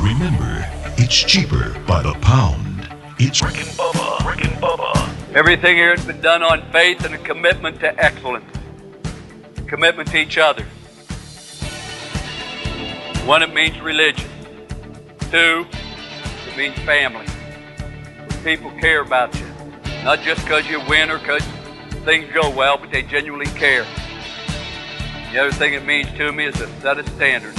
Remember, it's cheaper by the pound. It's Rick and Bubba. Rick and Bubba. Everything here has been done on faith and a commitment to excellence, commitment to each other. One, it means religion. Two, it means family. People care about you, not just because you win or because things go well, but they genuinely care. The other thing it means to me is a set of standards.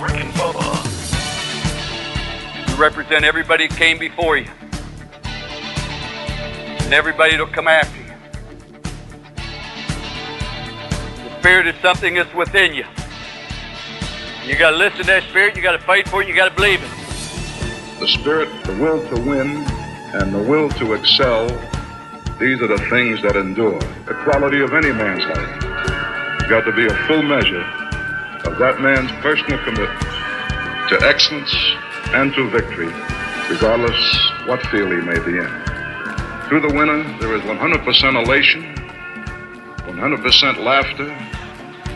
Rick and Bubba. You represent everybody that came before you. And everybody that'll come after you. The spirit is something that's within you. You gotta listen to that spirit, you gotta fight for it, you gotta believe it. The spirit, the will to win, and the will to excel, these are the things that endure. The quality of any man's life has got to be a full measure of that man's personal commitment to excellence and to victory, regardless what field he may be in. Through the winner, there is 100% elation, 100% laughter,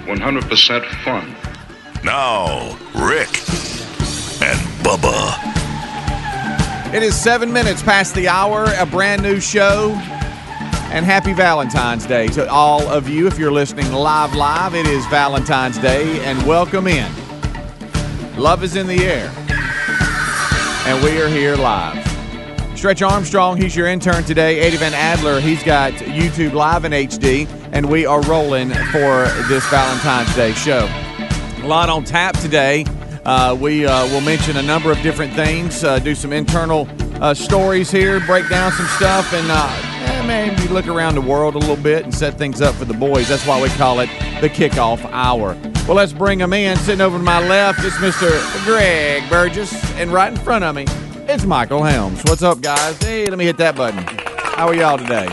100% fun. Now, Rick and Bubba. It is seven minutes past the hour, a brand new show. And happy Valentine's Day to all of you. If you're listening live, live, it is Valentine's Day, and welcome in. Love is in the air, and we are here live. Stretch Armstrong, he's your intern today. Eddie Van Adler, he's got YouTube Live in HD, and we are rolling for this Valentine's Day show. A lot on tap today. Uh, we uh, will mention a number of different things, uh, do some internal uh, stories here, break down some stuff, and uh, eh, maybe look around the world a little bit and set things up for the boys. That's why we call it the kickoff hour. Well, let's bring them in. Sitting over to my left is Mr. Greg Burgess, and right in front of me, it's Michael Helms. What's up, guys? Hey, let me hit that button. How are y'all today?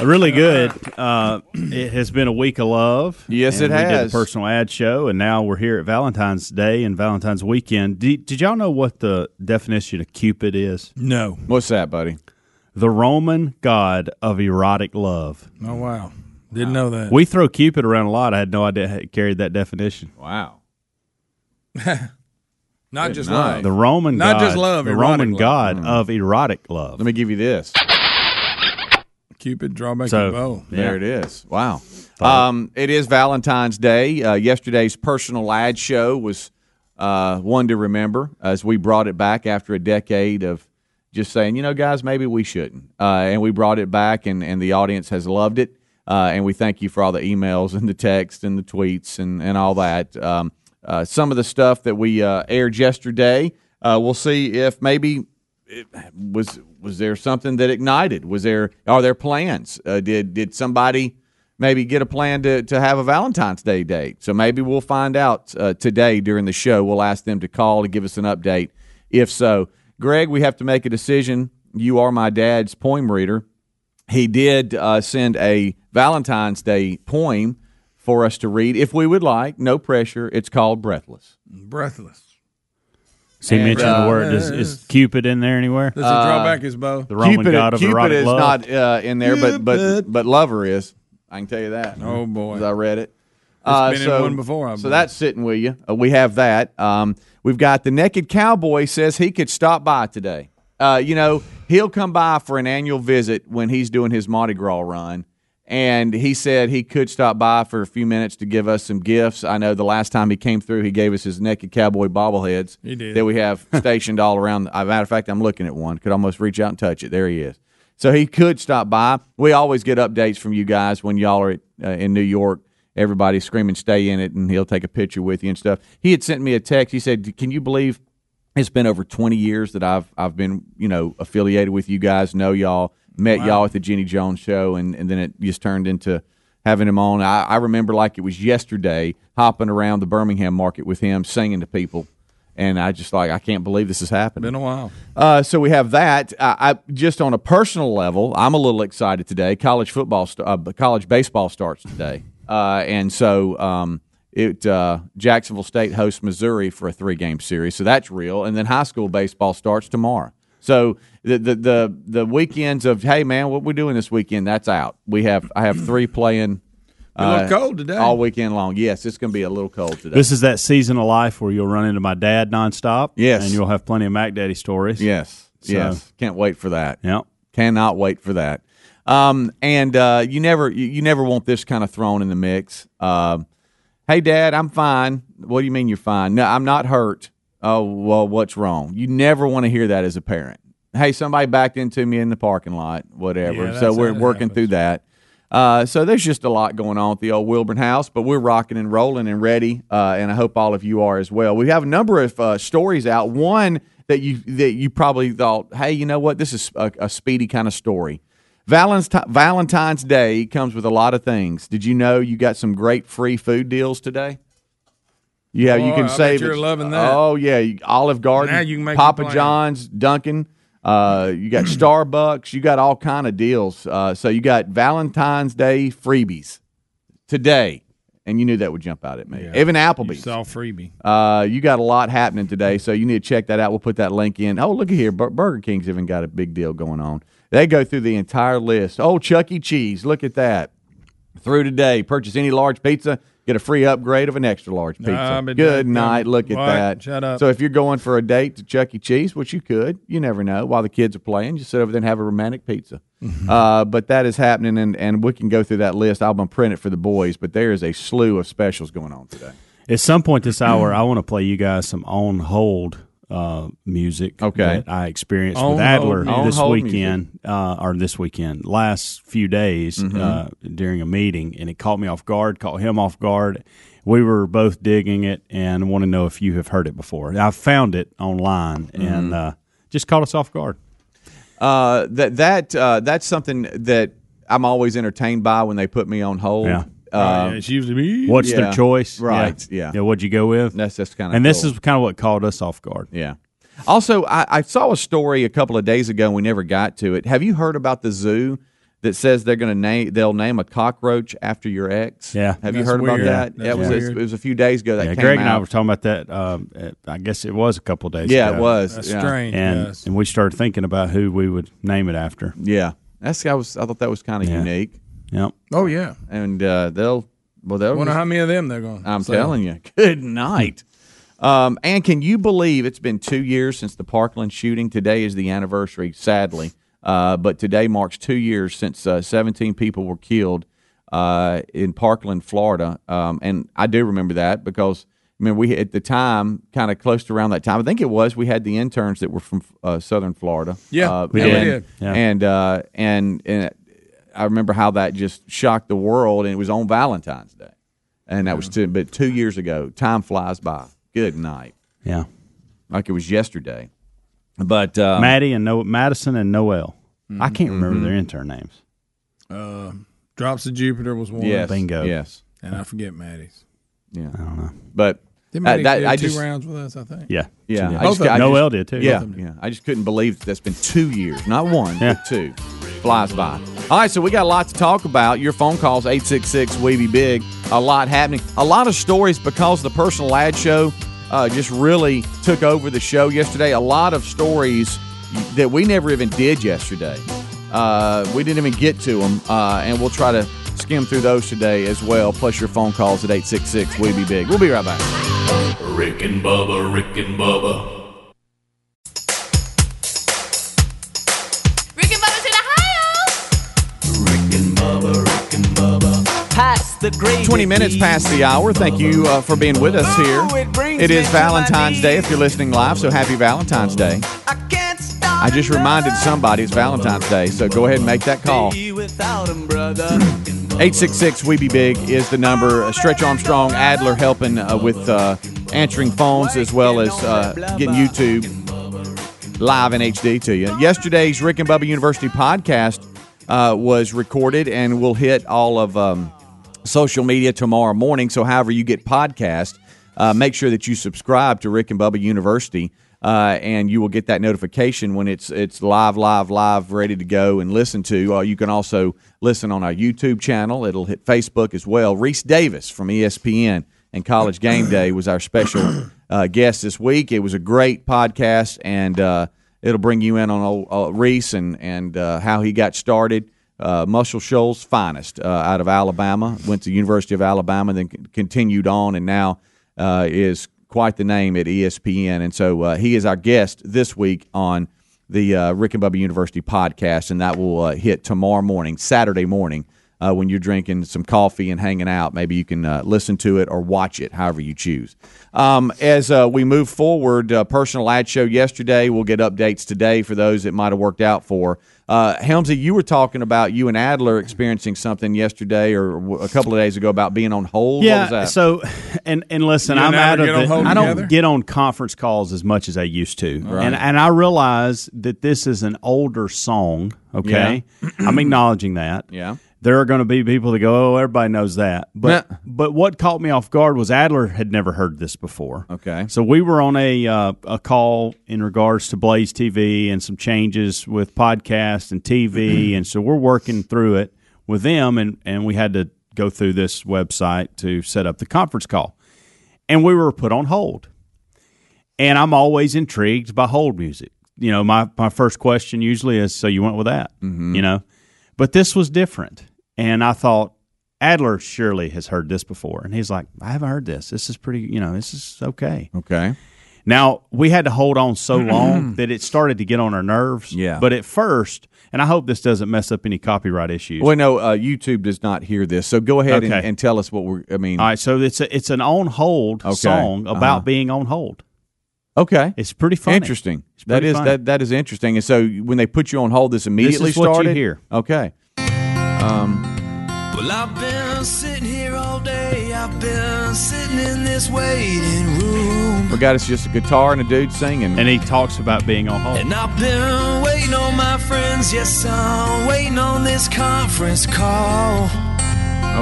Really good. Uh, it has been a week of love. Yes, And it we did has. a personal ad show, and now we're here at Valentine's Day and Valentine's weekend. Did, did y'all know what the definition of Cupid is? No. What's that, buddy? The Roman god of erotic love. Oh wow. Didn't know that. We throw Cupid around a lot. I had no idea it carried that definition. Wow. not just night. love. The Roman Not god, just love, the erotic Roman love. god of erotic love. Let me give you this. Cupid draw back So- a bow. There it is. Wow. Um, it is Valentine's Day. Uh, yesterday's personal ad show was uh, one to remember as we brought it back after a decade of just saying, you know, guys, maybe we shouldn't. Uh, and we brought it back, and, and the audience has loved it. Uh, and we thank you for all the emails and the text and the tweets and, and all that. Um, uh, some of the stuff that we uh, aired yesterday, uh, we'll see if maybe was was there something that ignited? Was there are there plans? Uh, did did somebody maybe get a plan to to have a Valentine's Day date? So maybe we'll find out uh, today during the show. We'll ask them to call and give us an update. If so, Greg, we have to make a decision. You are my dad's poem reader. He did uh, send a Valentine's Day poem for us to read if we would like. No pressure. It's called Breathless. Breathless. So he And, mentioned uh, the word. Is, is Cupid in there anywhere? Does he draw back his bow? The Roman Cupid, god of Cupid erotic is love. not uh, in there, but but Cupid. but lover is. I can tell you that. Oh, boy. 'Cause I read it. Uh, been in one before, I so believe. that's sitting with you. Uh, we have that. Um, we've got the naked cowboy says he could stop by today. Uh, you know, he'll come by for an annual visit when he's doing his Mardi Gras run. And he said he could stop by for a few minutes to give us some gifts. I know the last time he came through, he gave us his naked cowboy bobbleheads He did. that we have stationed all around. As a matter of fact, I'm looking at one. Could almost reach out and touch it. There he is. So he could stop by. We always get updates from you guys when y'all are at, uh, in New York. Everybody's screaming, "Stay in it!" and he'll take a picture with you and stuff. He had sent me a text. He said, "Can you believe it's been over 20 years that I've I've been you know affiliated with you guys, know y'all, met y'all at the Jenny Jones show, and and then it just turned into." having him on. I, I remember like it was yesterday, hopping around the Birmingham market with him, singing to people, and I just like I can't believe this is happening. Been a while. Uh, so we have that. Uh, I, I just on a personal level, I'm a little excited today. College football, st- uh, college baseball starts today, uh, and so um, it uh, Jacksonville State hosts Missouri for a three game series, so that's real. And then high school baseball starts tomorrow. So the the the, the weekends of hey man, what we doing this weekend? That's out. We have I have three playing. uh, a little cold today. all weekend long. Yes, it's going to be a little cold today. This is that season of life where you'll run into my dad nonstop. Yes. And you'll have plenty of Mac Daddy stories. yes, So- yes, can't wait for that. Yep. Cannot wait for that. Um, and uh, you never you, you never want this kind of thrown in the mix. Um, hey, Dad, I'm fine. What do you mean you're fine? No, I'm not hurt. Oh, well, what's wrong? You never want to hear that as a parent. Hey, somebody backed into me in the parking lot, whatever. Yeah, so that's we're how it working happens. through that. Uh, so there's just a lot going on at the old Wilburn House, but we're rocking and rolling and ready, uh, and I hope all of you are as well. We have a number of uh, stories out. One that you that you probably thought, hey, you know what, this is a, a speedy kind of story. Valentine's Valentine's Day comes with a lot of things. Did you know you got some great free food deals today? Yeah, you Boy, can I bet save. you're it. loving that. Oh yeah, you- Olive Garden, Now you can make a Papa plan. John's, Dunkin'. Uh, you got Starbucks. You got all kind of deals. Uh, so you got Valentine's Day freebies today, and you knew that would jump out at me. Even Applebee's. It's all freebie. Uh, you got a lot happening today, so you need to check that out. We'll put that link in. Oh, look at here, Bur- Burger King's even got a big deal going on. They go through the entire list. Oh, Chuck E. Cheese, look at that. Through today, purchase any large pizza, get a free upgrade of an extra large pizza. Nah, but Good that- night. Look at What? that. Shut up. So if you're going for a date to Chuck E. Cheese, which you could, you never know. While the kids are playing, just sit over there and have a romantic pizza. Mm-hmm. uh, but that is happening, and, and we can go through that list. I'll print it for the boys, but there is a slew of specials going on today. At some point this hour, I want to play you guys some on hold uh, music. Okay. That I experienced On with hold Adler music. this On hold weekend, uh, or this weekend, last few days Mm-hmm. uh, during a meeting, and it caught me off guard, caught him off guard. We were both digging it, and want to know if you have heard it before. I found it online, Mm-hmm. and uh, just caught us off guard. Uh, that that uh, that's something that I'm always entertained by when they put me on hold. Yeah. Uh, yeah, it's usually me. What's Yeah. their choice? Right, yeah. yeah. What'd you go with? That's just kinda And this cool. is kind of what caught us off guard. yeah. Also, I, I saw a story a couple of days ago. and We never got to it. Have you heard about the zoo that says they're going to name they'll name a cockroach after your ex? Yeah. Have you That's heard about weird. that? That's Yeah, it was weird. it was a few days ago that Yeah, came Greg and I out. were talking about that. Um, uh, I guess it was a couple days. yeah, ago. it was That's yeah. strange. and yes. and we started thinking about who we would name it after. Yeah, that's I was I thought that was kind of Yeah. unique, Yep. Oh yeah. and uh, they'll well they'll Wonder just- how many of them they're going. I'm telling you. Good night. Um, and can you believe it's been two years since the Parkland shooting? Today is the anniversary, sadly. Uh, but today marks two years since uh, 17 people were killed uh, in Parkland, Florida. Um, and I do remember that because, I mean, we at the time, kind of close to around that time, I think it was, we had the interns that were from uh, Southern Florida. Yeah, Uh, we and, did. Yeah. And, uh, and, and I remember how that just shocked the world, and it was on Valentine's Day and that was two, but two years ago. Time flies by. Good night, Yeah. like it was yesterday. But uh, Maddie and no Madison and Noel. Mm-hmm. I can't remember their intern names. Uh, Drops of Jupiter was one. yes, Bingo. yes, And I forget Maddie's. yeah. I don't know. But Did uh, Maddie that, did I two just, rounds with us? I think. Yeah. She did. yeah, I just, Both of I them. Noel just- did too. Yeah, yeah. I just couldn't believe that's been two years, not one, Yeah. but two. Flies by. All right, so we got a lot to talk about. Your phone calls, 866 Weeby Big. A lot happening. A lot of stories because the personal ad show uh, just really took over the show yesterday. A lot of stories that we never even did yesterday. Uh, we didn't even get to them, uh, and we'll try to skim through those today as well, plus your phone calls at 866 Weeby Big. We'll be right back. Rick and Bubba, Rick and Bubba. Rick and Bubba's in Ohio. Rick and Bubba, Rick and Bubba. Pass the gravy. 20 minutes past the hour. Thank you uh, for being with us here. Ooh, Oh, it brings It me is to my Valentine's Day knees. if you're listening live, so happy Valentine's Day. I can't stop. I just reminded another somebody it's Valentine's Day, so go ahead and make that call. day without 'em, brother. 866 We Be Big is the number. Uh, Stretch Armstrong, Adler helping uh, with uh, answering phones as well as uh, getting YouTube live in HD to you. Yesterday's Rick and Bubba University podcast uh, was recorded and will hit all of um, social media tomorrow morning. So, however you get podcast, uh, make sure that you subscribe to Rick and Bubba University, uh, and you will get that notification when it's it's live, live, live, ready to go and listen to. Uh, you can also listen on our YouTube channel. It'll hit Facebook as well. Reese Davis from E ESPN and College Game Day was our special uh, guest this week. It was a great podcast, and uh, it'll bring you in on old, uh, Reese and and uh, how he got started. Uh, Muscle Shoals finest uh, out of Alabama went to University of Alabama, then c- continued on, and now uh, is quite the name at E ESPN. And so uh, he is our guest this week on the uh, Rick and Bubba University podcast, and that will uh, hit tomorrow morning, Saturday morning. Uh, when you're drinking some coffee and hanging out, maybe you can uh, listen to it or watch it, however you choose. Um, as uh, we move forward, uh, personal ad show yesterday. We'll get updates today for those that might have worked out for. Uh, Helmsy, you were talking about you and Adler experiencing something yesterday or w- a couple of days ago about being on hold. what was Yeah. that? So, and and listen, You I'm and I out of get on the. hold I don't together? get on conference calls as much as I used to, and and I realize that this is an older song. Okay, I'm acknowledging that. Yeah. There are going to be people that go, "Oh, everybody knows that," but Nah. but what caught me off guard was Adler had never heard this before. Okay. so we were on a uh, a call in regards to Blaze TV and some changes with podcast and TV, and so we're working through it with them, and and we had to go through this website to set up the conference call, and we were put on hold, and I'm always intrigued by hold music. You know, my my first question usually is, "So you went with that?" Mm-hmm. You know, but this was different, and I thought. Adler surely has heard this before. And he's like, I haven't heard this. This is pretty, you know, this is okay. okay. Now we had to hold on so long that it started to get on our nerves. Yeah. But at first, and I hope this doesn't mess up any copyright issues. Well, no, uh, YouTube does not hear this. So go ahead and, Okay. and tell us what we're, I mean. All right, so it's a, it's an on hold Okay. song about Uh-huh. being on hold. okay. It's pretty funny. Interesting. It's That pretty is funny. that that is interesting. And so when they put you on hold, this immediately is what you started hear. Okay. Um, Well, I've been sitting here all day. I've been sitting in this waiting room. We got us just a guitar and a dude singing. And he talks about being on hold. And I've been waiting on my friends. Yes, I'm waiting on this conference call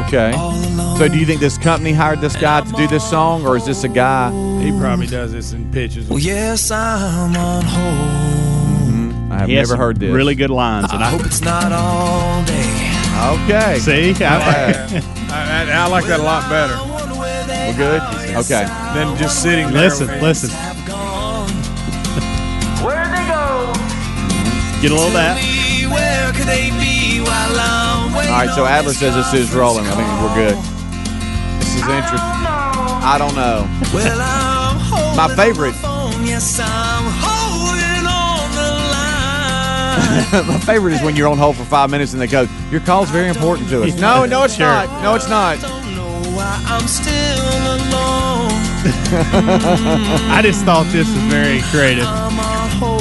okay. all alone. So do you think this company hired this guy to do this song, or is this a guy? He probably does this in pitches. Well, yes, I'm on hold. I have He has some never heard this. Really good lines. And I hope I it's not all day. Okay. see. I- I, I, I like that a lot better We're good. Okay. than just sitting there. listen, listen. Where'd they go? Get a little of that. Where could they be while I'm waiting? All right. So Adler says this is rolling. I think we're good. This is interesting. I don't know. Well, I'm holding My favorite. on the phone. Oh, Yes, I'm holding on the line. My favorite is when you're on hold for five minutes and they go, "Your call's very important to us." No, no, it's not. No, it's not. Don't know why I'm still alone. I just thought this was very creative. I'm on hold.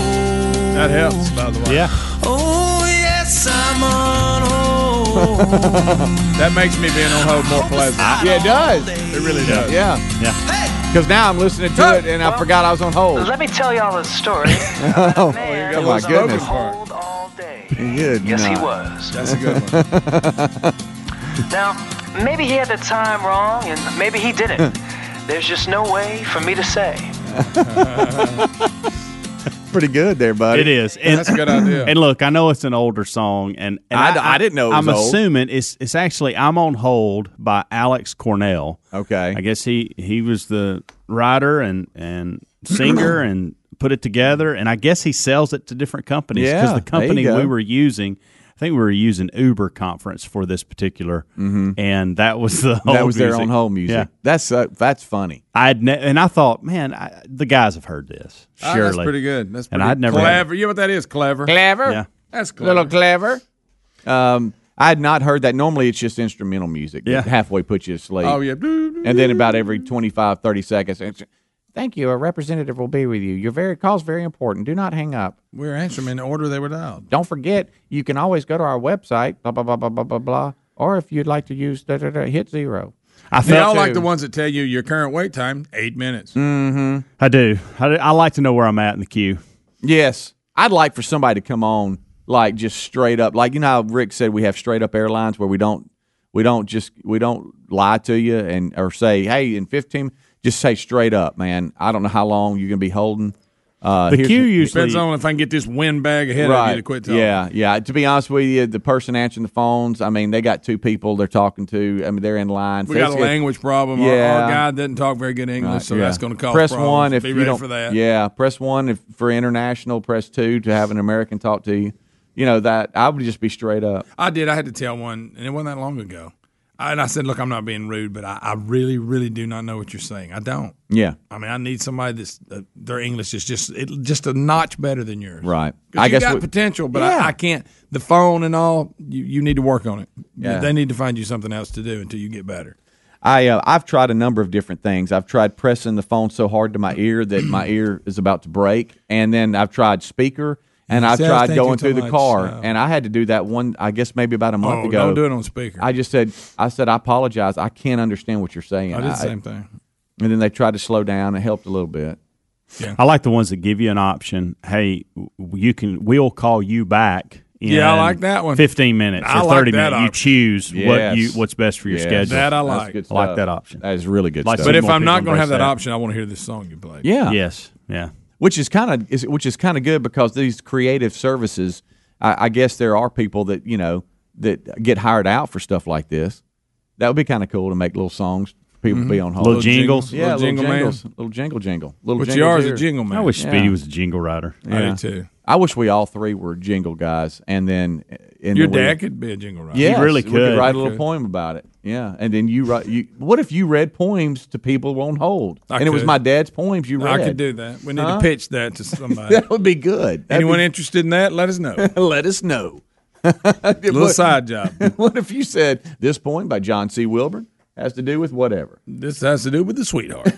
That helps, by the way. Yeah. Oh, yes, I'm on hold. That makes me being on hold more pleasant. Yeah, it does. It really does. Yeah. Yeah. Because now I'm listening to it and I forgot I was on hold. Let me tell y'all a story. Oh, Man got my was on goodness. hold all day. good. Yes, he night. was. That's a good one. Now, maybe he had the time wrong, and maybe he didn't. There's just no way for me to say. Pretty good there, buddy. It is. And- That's a good idea. And look, I know it's an older song, and, and I d- I didn't know it was I'm old. assuming it's it's actually "I'm on Hold" by Alex Cornell. Okay. I guess he he was the writer and and singer and put it together, and I guess he sells it to different companies Yeah, there the you company go. we were using. I think we were using Uber conference for this particular, and that was the Mm-hmm. that hold was their music. own home music. Yeah, That's uh, that's funny. I'd ne- and I thought, man, I, the guys have heard this Ah, surely. that's pretty good. That's And pretty I'd never- clever. You know what that is? Clever. Clever. Yeah, That's clever. clever. Um, I had not heard that. Normally, it's just instrumental music. that Yeah. Halfway puts you to sleep. Oh yeah. Doo, doo. And then about every 25, 30 seconds, it's, thank you. A representative will be with you. Your very call's very important. Do not hang up. We're answering in the order they were dialed. Don't forget, you can always go to our website, blah, blah, blah, blah, blah, blah, blah. Or if you'd like to use, da, da, da, hit zero. I They all felt like too. the ones that tell you your current wait time eight minutes. Mm-hmm. I do. I, do- I like to know where I'm at in the queue. Yes. I'd like for somebody to come on, like just straight up, like you know how Rick said we have straight up airlines where we don't We don't just we don't lie to you and or say, hey, in fifteen, just say straight up, man. I don't know how long you're gonna be holding. Uh, The here's- queue depends on if I can get this windbag ahead of you to quit talking. yeah, yeah. To be honest with you, the person answering the phones, I mean, they got two people they're talking to. I mean, they're in line. We So got it's a good. language problem. Our- Our, Yeah. guy doesn't talk very good English, Right, so yeah. that's going to cause press problems. one if Be you ready don't, for that. Yeah, press one if for international. Press two to have an American talk to you. You know that I would just be straight up. I did. I had to tell one, and it wasn't that long ago. I, and I said, "Look, I'm not being rude, but I, I really, really do not know what you're saying. I don't. Yeah, I mean, I need somebody that's uh, their English is just it, just a notch better than yours. right. 'Cause you got we- potential, but Yeah. I, I can't. The phone and all, you, you need to work on it. Yeah. They need to find you something else to do until you get better. I uh, I've tried a number of different things. I've tried pressing the phone so hard to my ear that my ear is about to break, and then I've tried speaker, and You I've said, tried "Thank you going so through the much." car, Oh. and I had to do that one. I guess maybe about a month oh, ago. don't do it on speaker. I just said I said I apologize. I can't understand what you're saying. I did the same thing. And then they tried to slow down. It helped a little bit. I like the ones that give you an option. Hey, w- you can. We'll call you back. In Yeah, I like that one. Fifteen minutes I or like thirty that minutes. You option. choose what Yes. you what's best for your Yes. schedule. That I That's like. good I like stuff. that option. That is really good Like stuff. but if more I'm not people going to have that, embrace that. option, I want to hear this song you played. yeah, Yes. Yeah. which is kind of is which is kind of good because these creative services, I, I guess there are people that you know that get hired out for stuff like this. That would be kind of cool to make little songs. for People to be on hold. Mm-hmm. Little jingles. yeah, little, jingle man. jingles, little jingle jingle, little But you jingles are is a here. jingle man. I wish Yeah. Speedy was a jingle writer. I Yeah. do too. I wish we all three were jingle guys, and then and Your then we- dad could be a jingle writer. Yes, really We could could. write a little Could. poem about it. Yeah, and then you write. You, what if you read poems to people on hold? I and it was could. my dad's poems you read. I could do that. We need Huh? to pitch that to somebody. That would be good. That'd Anyone be- interested in that? Let us know. A let us know. little side job. What if you said this poem by John C. Wilburn has to do with whatever? This has to do with the sweetheart.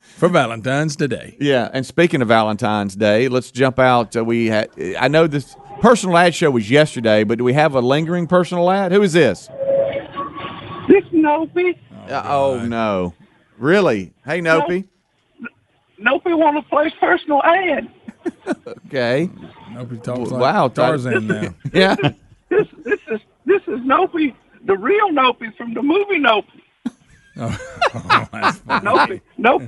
For Valentine's today. Yeah, and speaking of Valentine's Day, let's jump out. Uh, we had, I know this personal ad show was yesterday, but do we have a lingering personal ad? Who is this? This Nopey, Uh, oh no, really? Hey, Nopey. Nopey want to play personal ad. Okay. Nobody talks like Wow, Todd. Tarzan now. Yeah. This this is this is Nopey, the real Nopey from the movie Nopey. Nopey, nope,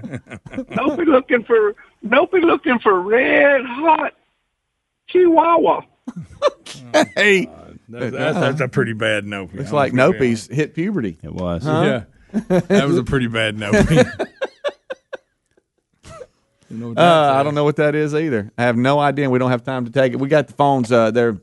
Nopey looking for Nopey looking for red hot Chihuahua. hey, That's, that's, that's a pretty bad Nope. looks Uh, like Nopey's hit puberty. It was. Yeah. That was a pretty bad Nope. Uh, I don't know what that is either. I have no idea. and We don't have time to take it. We got the phones. Uh, they're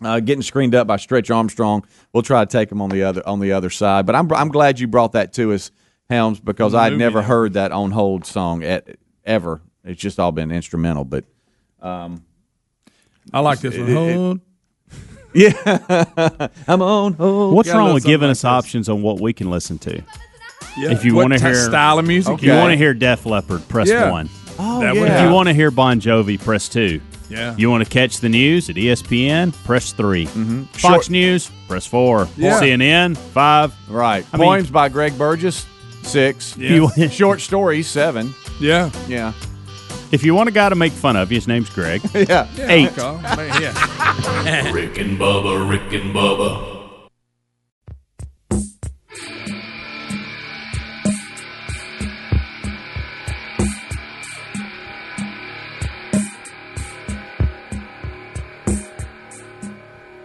uh, getting screened up by Stretch Armstrong. We'll try to take them on the other on the other side. But I'm I'm glad you brought that to us, Helms, because I'd never heard that on hold song at, ever. It's just all been instrumental. But um, I like this one. Hold. I'm on hold. What's Gotta wrong love with something giving like us this. options on what we can listen to? If you What wanna ti- hear- style of music. Okay. You want to hear Def Leppard? Press Yeah. one. Oh That would yeah. If you want to hear Bon Jovi? Press two. Yeah. You want to catch the news at E ESPN? Press 3 Fox News? Press four. Mm-hmm. Yeah. CNN? Five. right. I mean- Poems by Greg Burgess, six. If you want- Short stories, seven. yeah. Yeah. If you want a guy to make fun of you, his name's Greg. Yeah. Eight. Oh, man, yeah. Rick and Bubba, Rick and Bubba,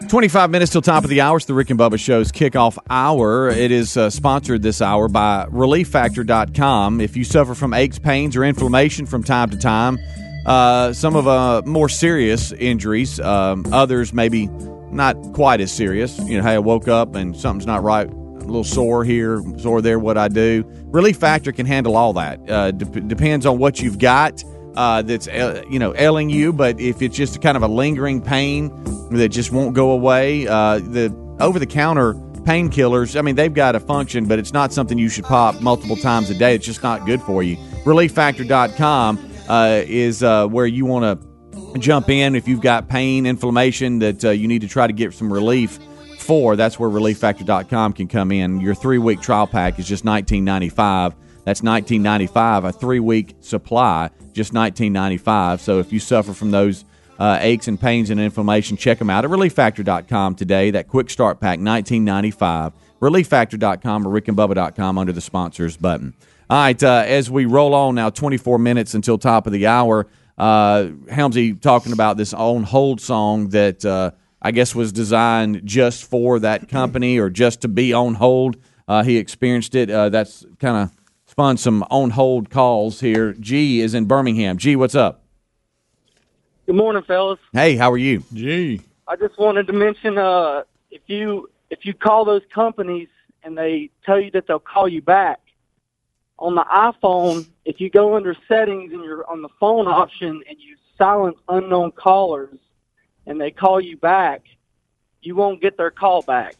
Twenty-five minutes till top of the hour. It's the Rick and Bubba Show's kickoff hour. It is uh, sponsored this hour by ReliefFactor.com. If you suffer from aches, pains, or inflammation from time to time, uh, some of uh, more serious injuries, um, others maybe not quite as serious. You know, hey, I woke up and something's not right a little sore here, sore there, what I do. Relief Factor can handle all that. Uh, de- depends on what you've got uh, that's, uh, you know, ailing you. But if it's just kind of a lingering pain that just won't go away, uh, the over the counter painkillers, I mean, they've got a function, but it's not something you should pop multiple times a day. It's just not good for you. ReliefFactor.com uh, is uh, where you want to jump in if you've got pain, inflammation that uh, you need to try to get some relief for. That's where ReliefFactor.com can come in. Your three week trial pack is just $19.95. That's $19.95. A three week supply, just $19.95. So if you suffer from those uh, aches and pains and inflammation, check them out at relieffactor.com today. That quick start pack, 1995. Relieffactor.com or rickandbubba.com under the sponsors button. All right, uh, as we roll on now, 24 minutes until top of the hour, uh, Helmsy talking about this on hold song that uh, I guess was designed just for that company or just to be on hold. Uh, he experienced it. Uh, that's kind of spun some on hold calls here. G is in Birmingham. G, what's up? Good morning, fellas. Hey, how are you? G. I just wanted to mention uh, if you if you call those companies and they tell you that they'll call you back on the iPhone, if you go under settings and you're on the phone option and you silence unknown callers and they call you back, you won't get their call back.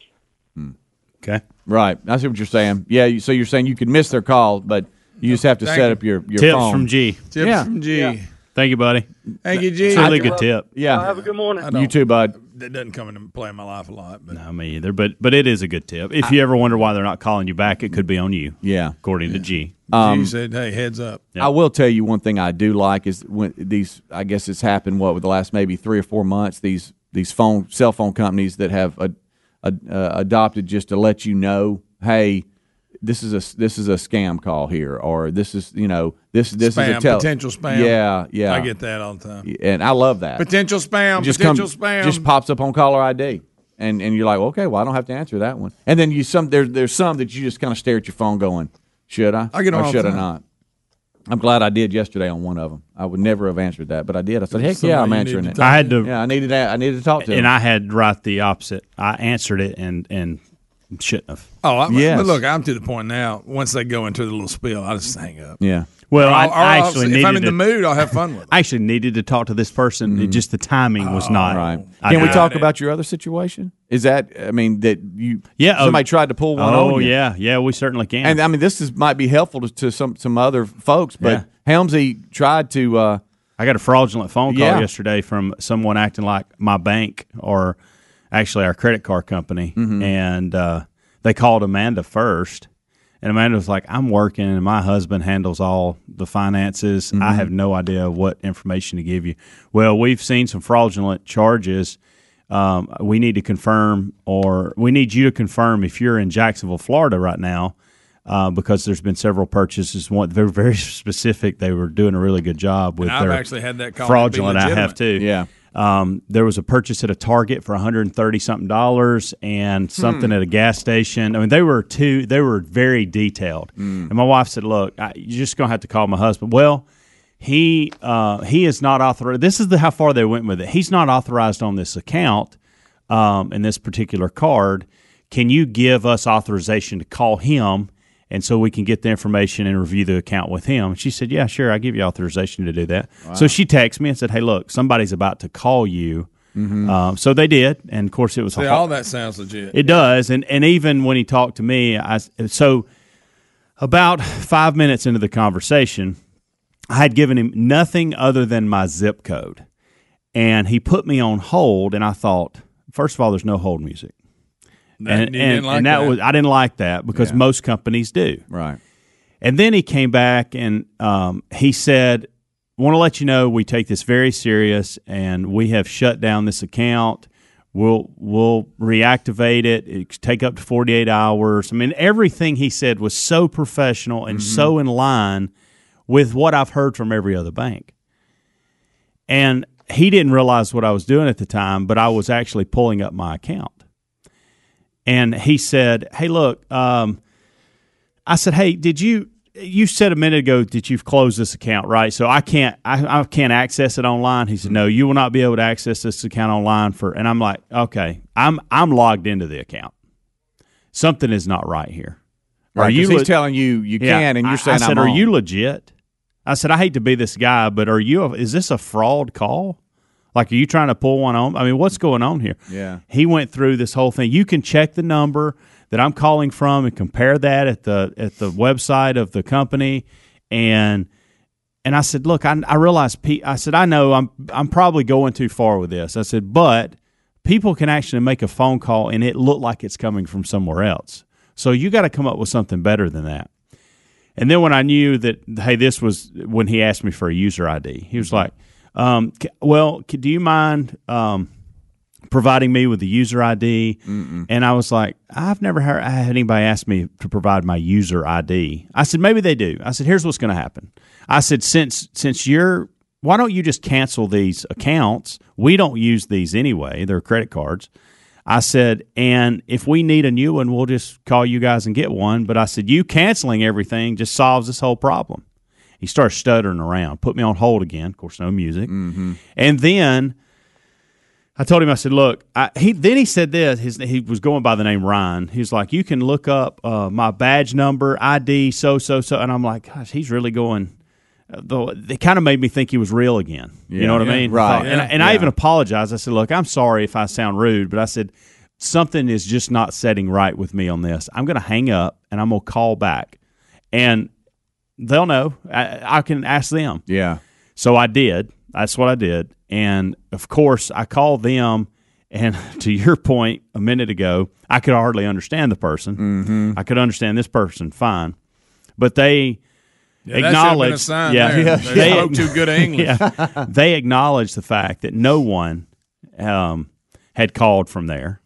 Okay. Right. I see what you're saying. Yeah. You, so you're saying you could miss their call, but you just have to Thank set you. up your, your Tips phone. from G. Tips yeah. from G. Yeah. Thank you, buddy. Thank you, G. It's a really good tip. Yeah. have a good morning. I don't- You too, bud. That doesn't come into play in my life a lot. But No, me either. But but it is a good tip. If you ever wonder why they're not calling you back, it could be on you. Yeah. According to G. Um, G said, "Hey, heads up." I will tell you one thing I do like is when these. I guess it's happened what with the last maybe three or four months. These these phone cell phone companies that have a, a, uh, adopted just to let you know, hey, this is a this is a scam call here, or this is you know this this is a Spam, tel- potential spam. Yeah, yeah. I get that all the time. and I love that Potential spam, Just potential come- spam. Just pops up on caller ID. And, and you're like okay well I don't have to answer that one and then you some there's there's some that you just kind of stare at your phone going should I I get 'em or all the should I time. not I'm glad I did yesterday on one of them. I would never have answered that, but I did. I said, "Heck yeah, I'm Somebody you answering need it." to talk I had to- Yeah, I needed. that. I needed to talk to him. And I had right the opposite. I answered it and and shouldn't have. Oh, I'm, Yes. but look, I'm to the point now. Once they go into the little spill, I just hang up. Yeah. Well, Or I, I'll- or I I'll- actually if needed I'm in to- the mood, I'll have fun with. Oh, it. I actually needed to talk to this person. It just the timing was not right. Mm. Can we talk about your other situation? Is that I mean that you Yeah, oh- somebody tried to pull one Oh on you. yeah, yeah, we certainly can. And I mean this is might be helpful to, to some some other folks, but Helmsy tried to. Uh, I got a fraudulent phone call Yeah. yesterday from someone acting like my bank or actually our credit card company, Mhm. and uh, they called Amanda first. And Amanda was like, "I'm working, and my husband handles all the finances. Mm-hmm. I Mhm. have no idea what information to give you." Well, we've seen some fraudulent charges. Um, we need to confirm, or we need you to confirm if you're in Jacksonville, Florida, right now uh, because there's been several purchases. One, they were very specific. They were doing a really good job with And I've their actually had that call fraudulent. and be I have too. Yeah. Um, there was a purchase at a Target for 130 something dollars and something Hmm. at a gas station. I mean, they were too. They were very detailed. And my wife said, "Look, I, you're just gonna have to call my husband." Well. He uh, he is not authorized. This is the, how far they went with it. He's not authorized on this account, um, in this particular card, can you give us authorization to call him and so we can get the information and review the account with him? She said, Yeah, sure. I give you authorization to do that. Wow. So she texted me and said, Hey, look, somebody's about to call you. Um, so they did. And of course, it was a Mm-hmm. See, hot- all that sounds legit. It does. And, and even when he talked to me, I, s- so about five minutes into the conversation, I had given him nothing other than my zip code. And he put me on hold. And I thought, first of all, there's no hold music. That- And, you and, didn't like and that, that. was, I didn't like that because Yeah. most companies do. Right. And then he came back and um, he said, want to let you know we take this very serious and we have shut down this account. We'll we'll reactivate it. It could take up to 48 hours. I mean, everything he said was so professional and Mhm. so in line with what I've heard from every other bank. And he didn't realize what I was doing at the time, but I was actually pulling up my account. And he said, "Hey, look, um, I said, "Hey, did you you said a minute ago that you've closed this account, right? So I can't I, I can't access it online." He said, "No, you will not be able to access this account online for." And I'm like, "Okay, I'm I'm logged into the account. Something is not right here." Right, 'cause he's le- telling you you can, and you're I- saying, I said, "I'm "Are on." you legit?" I said, "I hate to be this guy, but are you? A, is this a fraud call? Like, are you trying to pull one on? I mean, what's going on here?" Yeah. He went through this whole thing. You can check the number that I'm calling from and compare that at the at the website of the company and and I said, "Look, I, I realize pe- I said I know I'm I'm probably going too far with this." I said, "But people can actually make a phone call and it look like it's coming from somewhere else. So you got to come up with something better than that." And then when I knew that hey, this was when he asked me for a user ID. He was like, Um, c- well, c- do you mind um, providing me with the user ID? And I was like, I've never heard I had anybody ask me to provide my user ID. I said, maybe they do. I said, here's what's going to happen. I said, since since you're why don't you just cancel these accounts? We don't use these anyway. They're credit cards. I said, and if we need a new one, we'll just call you guys and get one. But I said, you canceling everything just solves this whole problem. He starts stuttering around, put me on hold again. Of course, no music. Mm-hmm. And then I told him, I said, look, I, he then he said this. His, he was going by the name Ryan. He was like, you can look up uh, my badge number, ID, so so so. And I'm like, gosh, he's really going. uh, Though it kind of made me think he was real again. Yeah. you know what Yeah. I mean? Right. And, and I Yeah. even apologized. I said, look, I'm sorry if I sound rude, but I said something is just not setting right with me on this. I'm going to hang up and I'm going to call back, and they'll know. I, I can ask them. Yeah. So I did. That's what I did. And of course, I called them. And to your point a minute ago, I could hardly understand the person. I could understand this person fine, but they Yeah, that should have been a acknowledged. sign there. They spoke too good English. yeah. they acknowledged the fact that no one um, had called from there.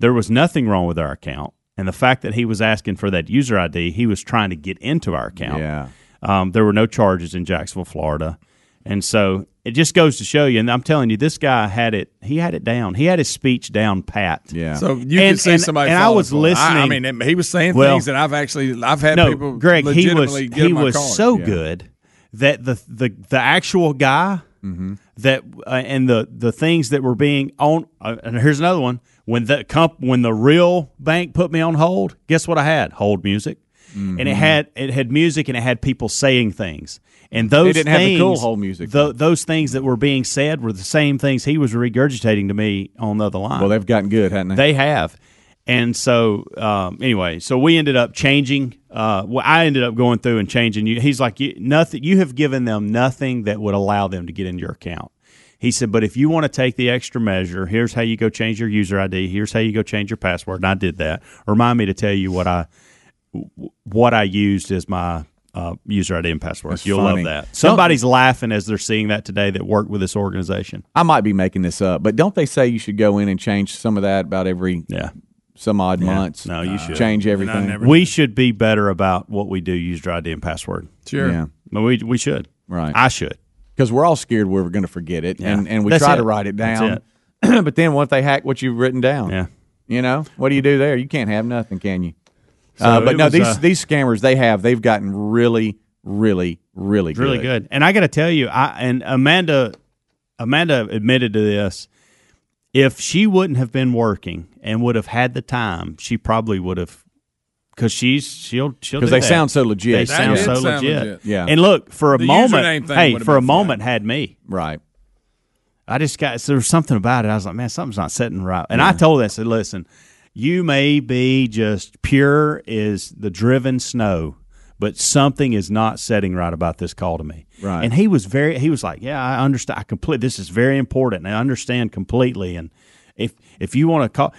There was nothing wrong with our account, and the fact that he was asking for that user ID, he was trying to get into our account. Yeah. Um, there were no charges in Jacksonville, Florida, and so it just goes to show you. And I'm telling you, this guy had it. He had it down. He had his speech down pat. Yeah. So you and, could see and- somebody. And I falling was for it. listening. I, I mean, it- he was saying Well, things that I've actually I've had no, people. Greg, he was legitimately give he my was card. so Yeah. good that the the the actual guy Mm-hmm. that uh, and the the things that were being on. Uh, and here's another one. When the comp when the real bank put me on hold, guess what I had? Hold music. And it had it had music and it had people saying things and those didn't have the cool things- hold music. tho- those things that were being said were the same things he was regurgitating to me on the other line. Well, they've gotten good, haven't they? They have. And so, um, anyway, so we ended up changing. Uh, well, I ended up going through and changing. You, he's like, you, nothing. You have given them nothing that would allow them to get into your account. He said, but if you want to take the extra measure, here's how you go change your user ID. Here's how you go change your password. And I did that. Remind me to tell you what I what I used as my uh, user ID and password. That's You'll love funny. that. Somebody's laughing as they're seeing that today that worked with this organization. I might be making this up, but don't they say you should go in and change some of that about every yeah some odd Yeah. months? Uh, No, you should change everything. We should be better about what we do. User ID and password. Sure. Yeah. But we we should. Right. I should. Because we're all scared we're going to forget it, Yeah. and, and we That's try it. to write it That's down. it. but then what if they hack what you've written down? Yeah. You know what do you do there? You can't have nothing, can you? So uh, but it no, was, these uh, these scammers they have they've gotten really, really, really, good. really good. And I got to tell you, I and Amanda, Amanda admitted to this. If she wouldn't have been working and would have had the time, she probably would have, because she's she'll she'll 'Cause do they that. sound so legit. They That sound did so sound legit. legit. Yeah. And look for a The username moment. thing Hey, would've for a been moment, had me right. I just got so there was something about it. I was like, man, something's not sitting right. And I Yeah. told her, I said, listen, you may be just pure as the driven snow, but something is not setting right about this call to me. Right. And he was very, he was like, yeah, I understand. I complete. This is very important. And I understand completely. And if if you want to call,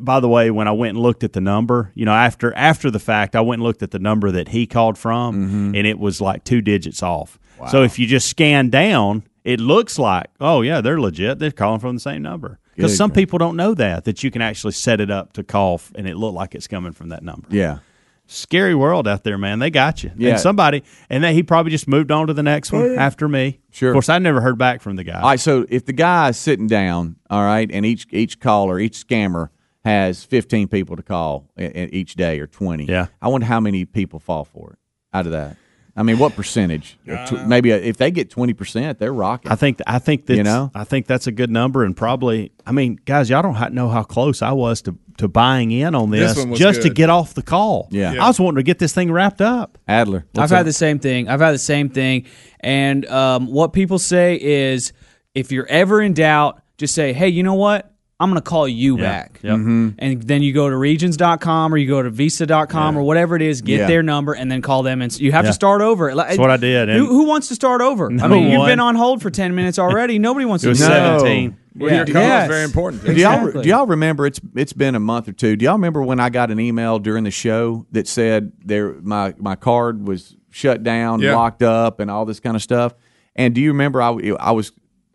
by the way, when I went and looked at the number, you know, after after the fact, I went and looked at the number that he called from, Mm-hmm. and it was like two digits off. So if you just scan down, it looks like, oh yeah, they're legit. They're calling from the same number Good because some people don't know that that you can actually set it up to call, f- and it looked like it's coming from that number. Yeah. Scary world out there, man. They got you. Yeah. And somebody, and that he probably just moved on to the next one after me. Sure. Of course, I never heard back from the guy. All right, so if the guy is sitting down, all right, and each each caller, each scammer has fifteen people to call i- i- each day or twenty. Yeah, I wonder how many people fall for it out of that. I mean, what percentage? Or tw- maybe a, if they get twenty percent, they're rocking. I think I think that's, You know? I think that's a good number, and probably I mean, guys, y'all don't ha- know how close I was to, to buying in on This this, one was just to good. get off the call. Yeah. I was wanting to get this thing wrapped up. Adler, I've had the same thing. I've had the same thing. And um, what people say is if you're ever in doubt, just say, hey, you know what? I'm going to call you back. Mm-hmm. And then you go to regions.com or you go to visa.com or whatever it is, get Yeah. their number and then call them. And s- you have Yeah. to start over. Like- That's what I did, Who, and- who wants to start over? I No mean, you've one. been on hold for 10 minutes already. Nobody wants It was to do that. 17. Well, your call is very important. Do y'all do y'all remember it's it's been a month or two? Do y'all remember when I got an email during the show that said there my my card was shut down, Yeah. locked up, and all this kind of stuff? And do you remember I I was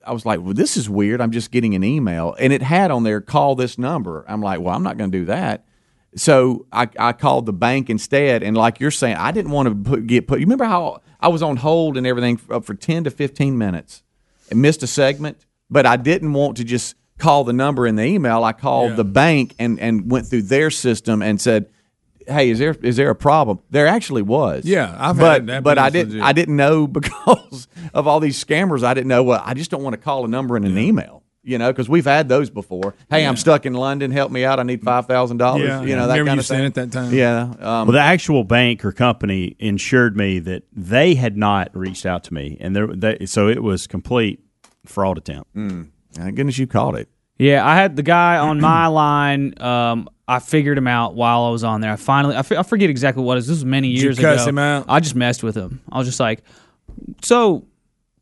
I was like, well, this is weird. I'm just getting an email, and it had on there call this number. I'm like, well, I'm not going to do that. So I, I called the bank instead, and like you're saying, I didn't want to put, get put. You remember how I was on hold and everything for, up for ten to fifteen minutes, and missed a segment, but I didn't want to just call the number in the email. I called the bank and and went through their system and said, hey, is there is there a problem? There actually was. Yeah, I've but, had that, but but I it's didn't legit. I didn't know because of all these scammers. I didn't know. Well, I just don't want to call a number in an email. You know, because we've had those before. Hey, I'm stuck in London. Help me out. I need five thousand Yeah, dollars. You yeah. know that Remember kind you of saying thing. it that time? Yeah. Um, well, the actual bank or company insured me that they had not reached out to me, and there, they, so it was complete fraud attempt. Mm. Thank goodness you caught it. Yeah, I had the guy on my line. Um, I figured him out while I was on there. I finally, I fi- I forget exactly what it is. This was many you years cuss ago. him out? I just messed with him. I was just like, so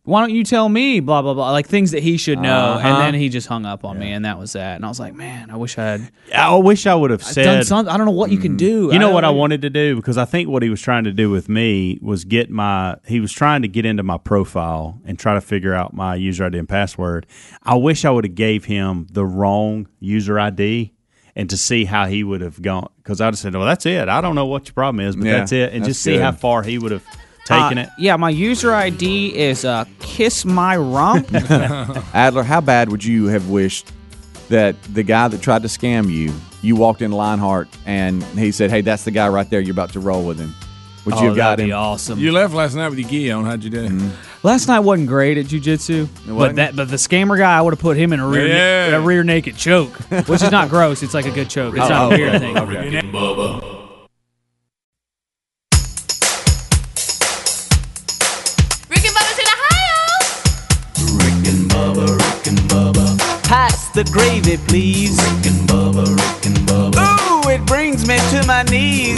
why don't you tell me, blah, blah, blah, like things that he should know. Uh-huh. And then he just hung up on me, and that was that. And I was like, man, I wish I had I wish I would have said Mm. done something. I don't know what you can do. You know I what I don't- wanted to do because I think what he was trying to do with me was get my he was trying to get into my profile and try to figure out my user ID and password. I wish I would have gave him the wrong user ID and to see how he would have gone because I'd have said, "Well, that's it. I don't know what your problem is, but Yeah, that's it," and that's just see good. how far he would have taken Uh, it. Yeah, my user ID is uh, kiss my rump. Adler, how bad would you have wished that the guy that tried to scam you, you walked in Lionheart and he said, "Hey, that's the guy right there. You're about to roll with him." Would Oh, Oh, you have got him? awesome. You left last night with your gi on. How'd you do? Mm-hmm. Last night wasn't great at jujitsu, but wasn't? that but the scammer guy, I would have put him in a rear na- Yeah. a rear naked choke, which is not gross. It's like a good choke. It's Oh, not a okay. weird thing. Rick and Bubba. Rick and Bubba's in Ohio. Pass the gravy, please. Rick and Bubba, Rick and Bubba. Ooh, it brings me to my knees.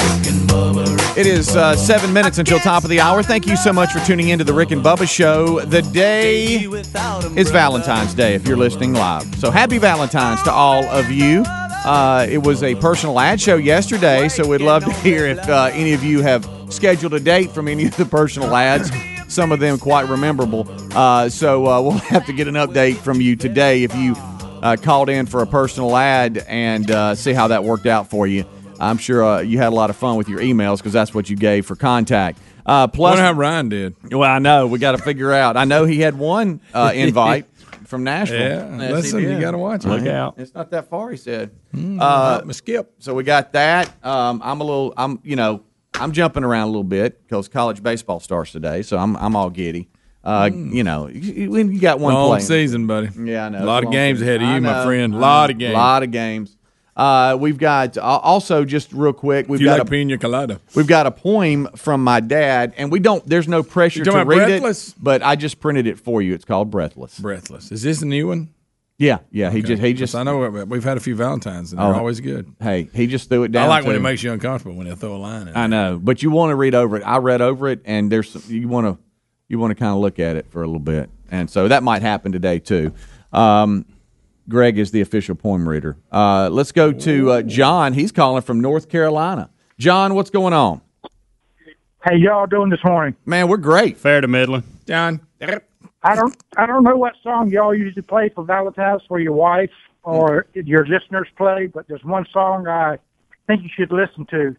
It is uh, seven minutes until top of the hour. Thank you so much for tuning into the Rick and Bubba Show. The day is Valentine's Day if you're listening live. So happy Valentine's to all of you. Uh, it was a personal ad show yesterday, so we'd love to hear if uh, any of you have scheduled a date from any of the personal ads. Some of them quite rememberable. Uh, so uh, we'll have to get an update from you today if you uh, called in for a personal ad and uh, see how that worked out for you. I'm sure uh, you had a lot of fun with your emails because that's what you gave for contact. Uh, plus, Wonder how Ryan did. Well, I know we got to figure out. I know he had one uh, invite from Nashville. Yeah, Yes, he listen, you did. gotta watch it. Look out. It's not that far. He said. Uh, skip. So we got that. Um, I'm a little. I'm you know. I'm jumping around a little bit because college baseball starts today, so I'm I'm all giddy. Uh, You know, you- when you got one Mm. Long play- season, buddy. Yeah, I know. A lot It's of long games season. ahead of I you, my know. friend. I Lot know. of games. lot of games. Uh, we've got uh, also just real quick. We've you got like a, pina colada. we've got a poem from my dad, and we don't. There's no pressure You to talking read about Breathless? it, but I just printed it for you. It's called Breathless. Breathless. Is this a new one? Yeah, yeah. He Okay. just he just. Oh. I know we- we've had a few Valentines, and they're always good. Hey, he just threw it down. I like when it to- makes you uncomfortable when they throw a line. In. I know, but you want to read over it. I read over it, and there's some, you want to you want to kind of look at it for a little bit, and so that might happen today too. Um, Greg is the official poem reader. Uh, let's go to uh, John. He's calling from North Carolina. John, what's going on? Hey, y'all doing this morning? Man, we're great. Fair to middling. John. I don't I don't know what song y'all usually play for Valentine's for your wife or your listeners play, but there's one song I think you should listen to.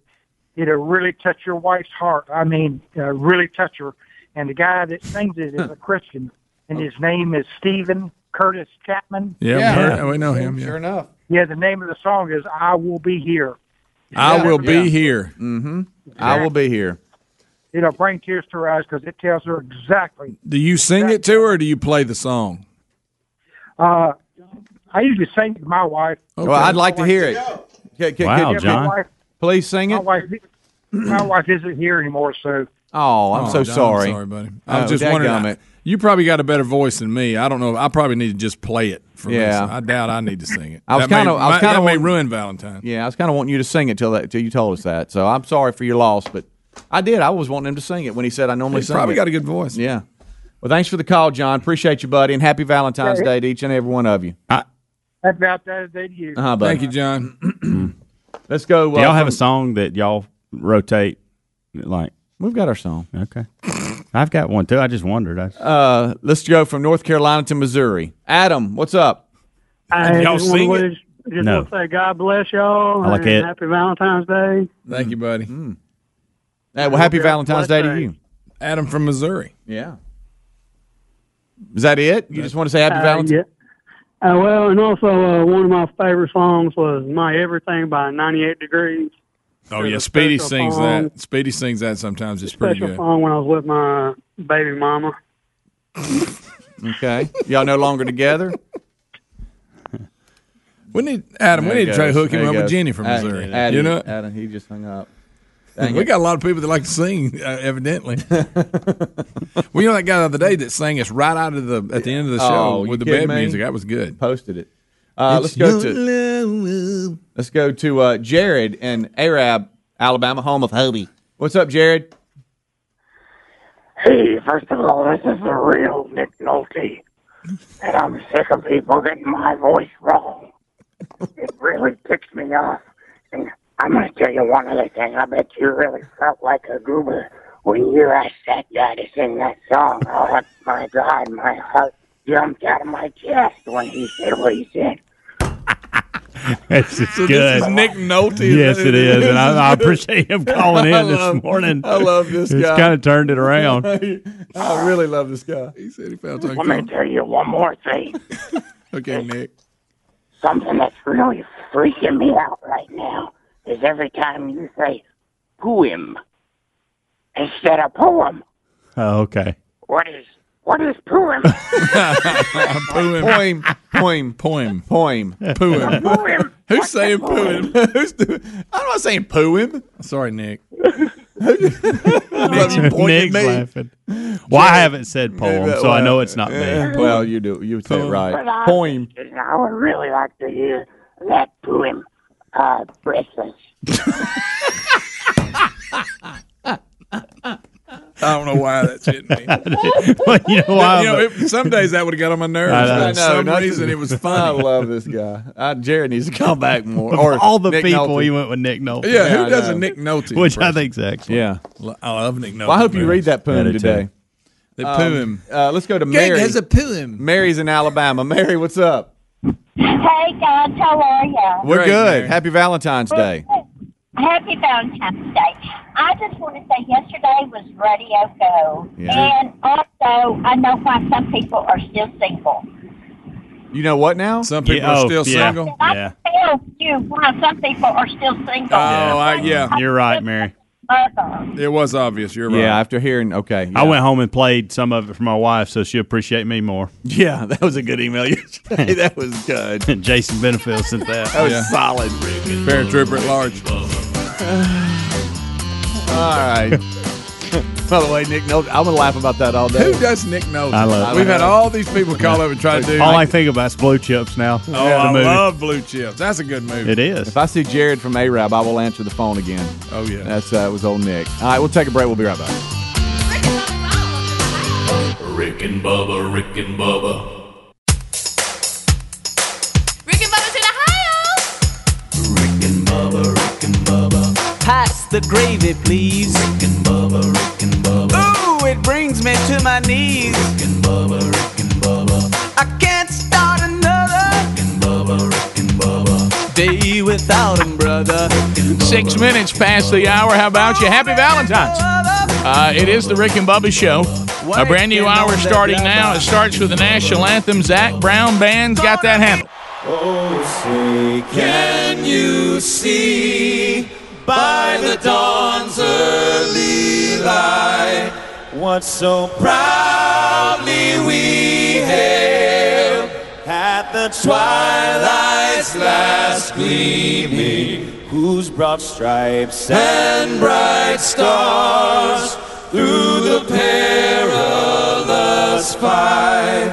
It'll really touch your wife's heart. I mean, uh, really touch her. And the guy that sings it is a Christian, and his name is Stephen Curtis Chapman. Yeah, we Yeah. heard- we know him, yeah. Sure enough. Yeah, the name of the song is "I Will Be Here." I Yeah, will yeah. be here. Mm-hmm. I will be here. It'll bring tears to her eyes because it tells her exactly Do you sing it to her, or do you play the song? Uh, I usually sing to my wife. Well, I'd like to hear it. Can- can- Wow, can- John. Please sing it. My wife, my wife isn't here anymore, so. Oh, I'm Oh, so John, I'm sorry. sorry, buddy. I was Oh, just wondering. dadgummit. I- you probably got a better voice than me. I don't know. I probably need to just play it. For Yeah. yeah, I doubt I need to sing it. I was That may- kind of, I was might- kind that of may ruin Valentine. Yeah, I was kind of wanting you to sing it till that till you told us that. So I'm sorry for your loss, but I did. I was wanting him to sing it when he said I normally He's sing. probably it. got a good voice. Yeah. Well, thanks for the call, John. Appreciate you, buddy, and happy Valentine's Yeah. Day to each and every one of you. About that, that you. Uh-huh, bud. Thank you, John. Let's go. um, Do y'all uh, have a from- song that y'all rotate? Like we've got our song. Okay. I've got one too. I just wondered. I, Uh, let's go from North Carolina to Missouri. Adam, what's up? I just wanna wish- Just No. want to say God bless y'all. I like and it. Happy Valentine's Day. Thank you, buddy. Hmm. Hey, well, happy Valentine's Day to you. Adam from Missouri. Yeah. Is that it? You just want to say happy Uh, Valentine's? yeah. Uh, well, and also uh, one of my favorite songs was "My Everything" by 98 Degrees. Oh yeah, Speedy special sings song. that. Speedy sings that sometimes. It's pretty Special good. song when I was with my baby mama. Okay. Y'all no longer together? We need Adam. There we he need to try to goes. hook him There he up with goes. Jenny from Adam- Missouri. Adam, you know, Adam, he just hung up. Dang we it. got a lot of people that like to sing. Uh, evidently, we know that guy the other day that sang us right out of the at the end of the show Oh, you with the kidding bed me? music. That was good. Posted it. Uh, let's go to let's go to uh, Jared in Arab, Alabama, home of Hobie. What's up, Jared? Hey, first of all, this is the real Nick Nolte, and I'm sick of people getting my voice wrong. It really pissed me off. And I'm going to tell you one other thing. I bet you really felt like a goober when you asked that guy to sing that song. Oh, my God, my heart jumped out of my chest when he said what he said. That's just So good. this is Nick Nolte. is Yes, that it is, and I, I This is good. appreciate him calling in I this love- morning. I love this It's guy. kind of turned it around. I really love this guy. He said he felt Let me tell you one more thing. okay, Nick. Something that's really freaking me out right now is every time you say poem instead of poem. Oh, okay. What is what is poem? Poem. Poem. Poem. Poem. Poem. Who's saying poem? Who's doing? I'm not saying poem. Sorry, Nick. I love you pointing Nick's at me. laughing. Well, I haven't said poem, so I know it's not me. Well, you do. You say it But right. I- Poem. I would really like to hear that poem, uh, breathless. I don't know why that's hitting me. well, you know why? You know, it- some days that would have got on my nerves. I know. but I know, For some nothing- reason, it was I funny. love this guy. I, Jared needs to come back more. Of Or all the Nick people, Nolte. he went with Nick Nolte. Yeah, who does a Nick Nolte? Which I impression? think's excellent. Yeah. L- I love Nick Nolte. Well, I hope you movies. read that poem today. The Um, poem. Uh, let's go to Gang Mary. has a poem. Mary's in Alabama. Mary, what's up? Hey guys, how are you? We're Great, good. Mary. Happy Valentine's Day. Happy Valentine's Day. I just want to say yesterday was Radio Go, Yeah. and also I know why some people are still single. You know what now? Some people Yeah, are oh, still yeah. single. I Yeah. tell you why some people are still single. Oh, I, yeah. You're right, Mary. Mother. It was obvious. You're right. Yeah, after hearing, okay. I yeah. went home and played some of it for my wife, so she'll appreciate me more. Yeah, that was a good email yesterday. that was good. Jason Benefield sent that. That was Yeah. solid. Paratrooper at large. All right. By the way, Nick Nolte, I'm going to laugh about that all Who day. does Nick Nolte? I love it. We've had all these people call up and try to do. All I think about is blue chips now. oh, The I movie. love Blue Chips. That's a good movie. It is. If I see Jared from Arab, I will answer the phone again. Oh yeah. That's uh, it was old Nick. All right, we'll take a break. We'll be right back. Rick and Bubba, Rick and Bubba, Rick and Bubba's in Ohio. Pass the gravy, please. Rick and Bubba, Rick and Bubba. Ooh, it brings me to my knees. Rick and Bubba, Rick and Bubba. I can't start another. Rick and Bubba, Rick and Bubba. Day without him, brother. Six minutes past the hour. How about you? Happy Valentine's. Uh, it is the Rick and Bubba Show. A brand new hour starting now. It starts with the national anthem. Zach Brown Band's got that handle. Oh, say, can you see by the dawn's early light what so proudly we hailed at the twilight's last gleaming, whose broad stripes and bright stars through the perilous fight?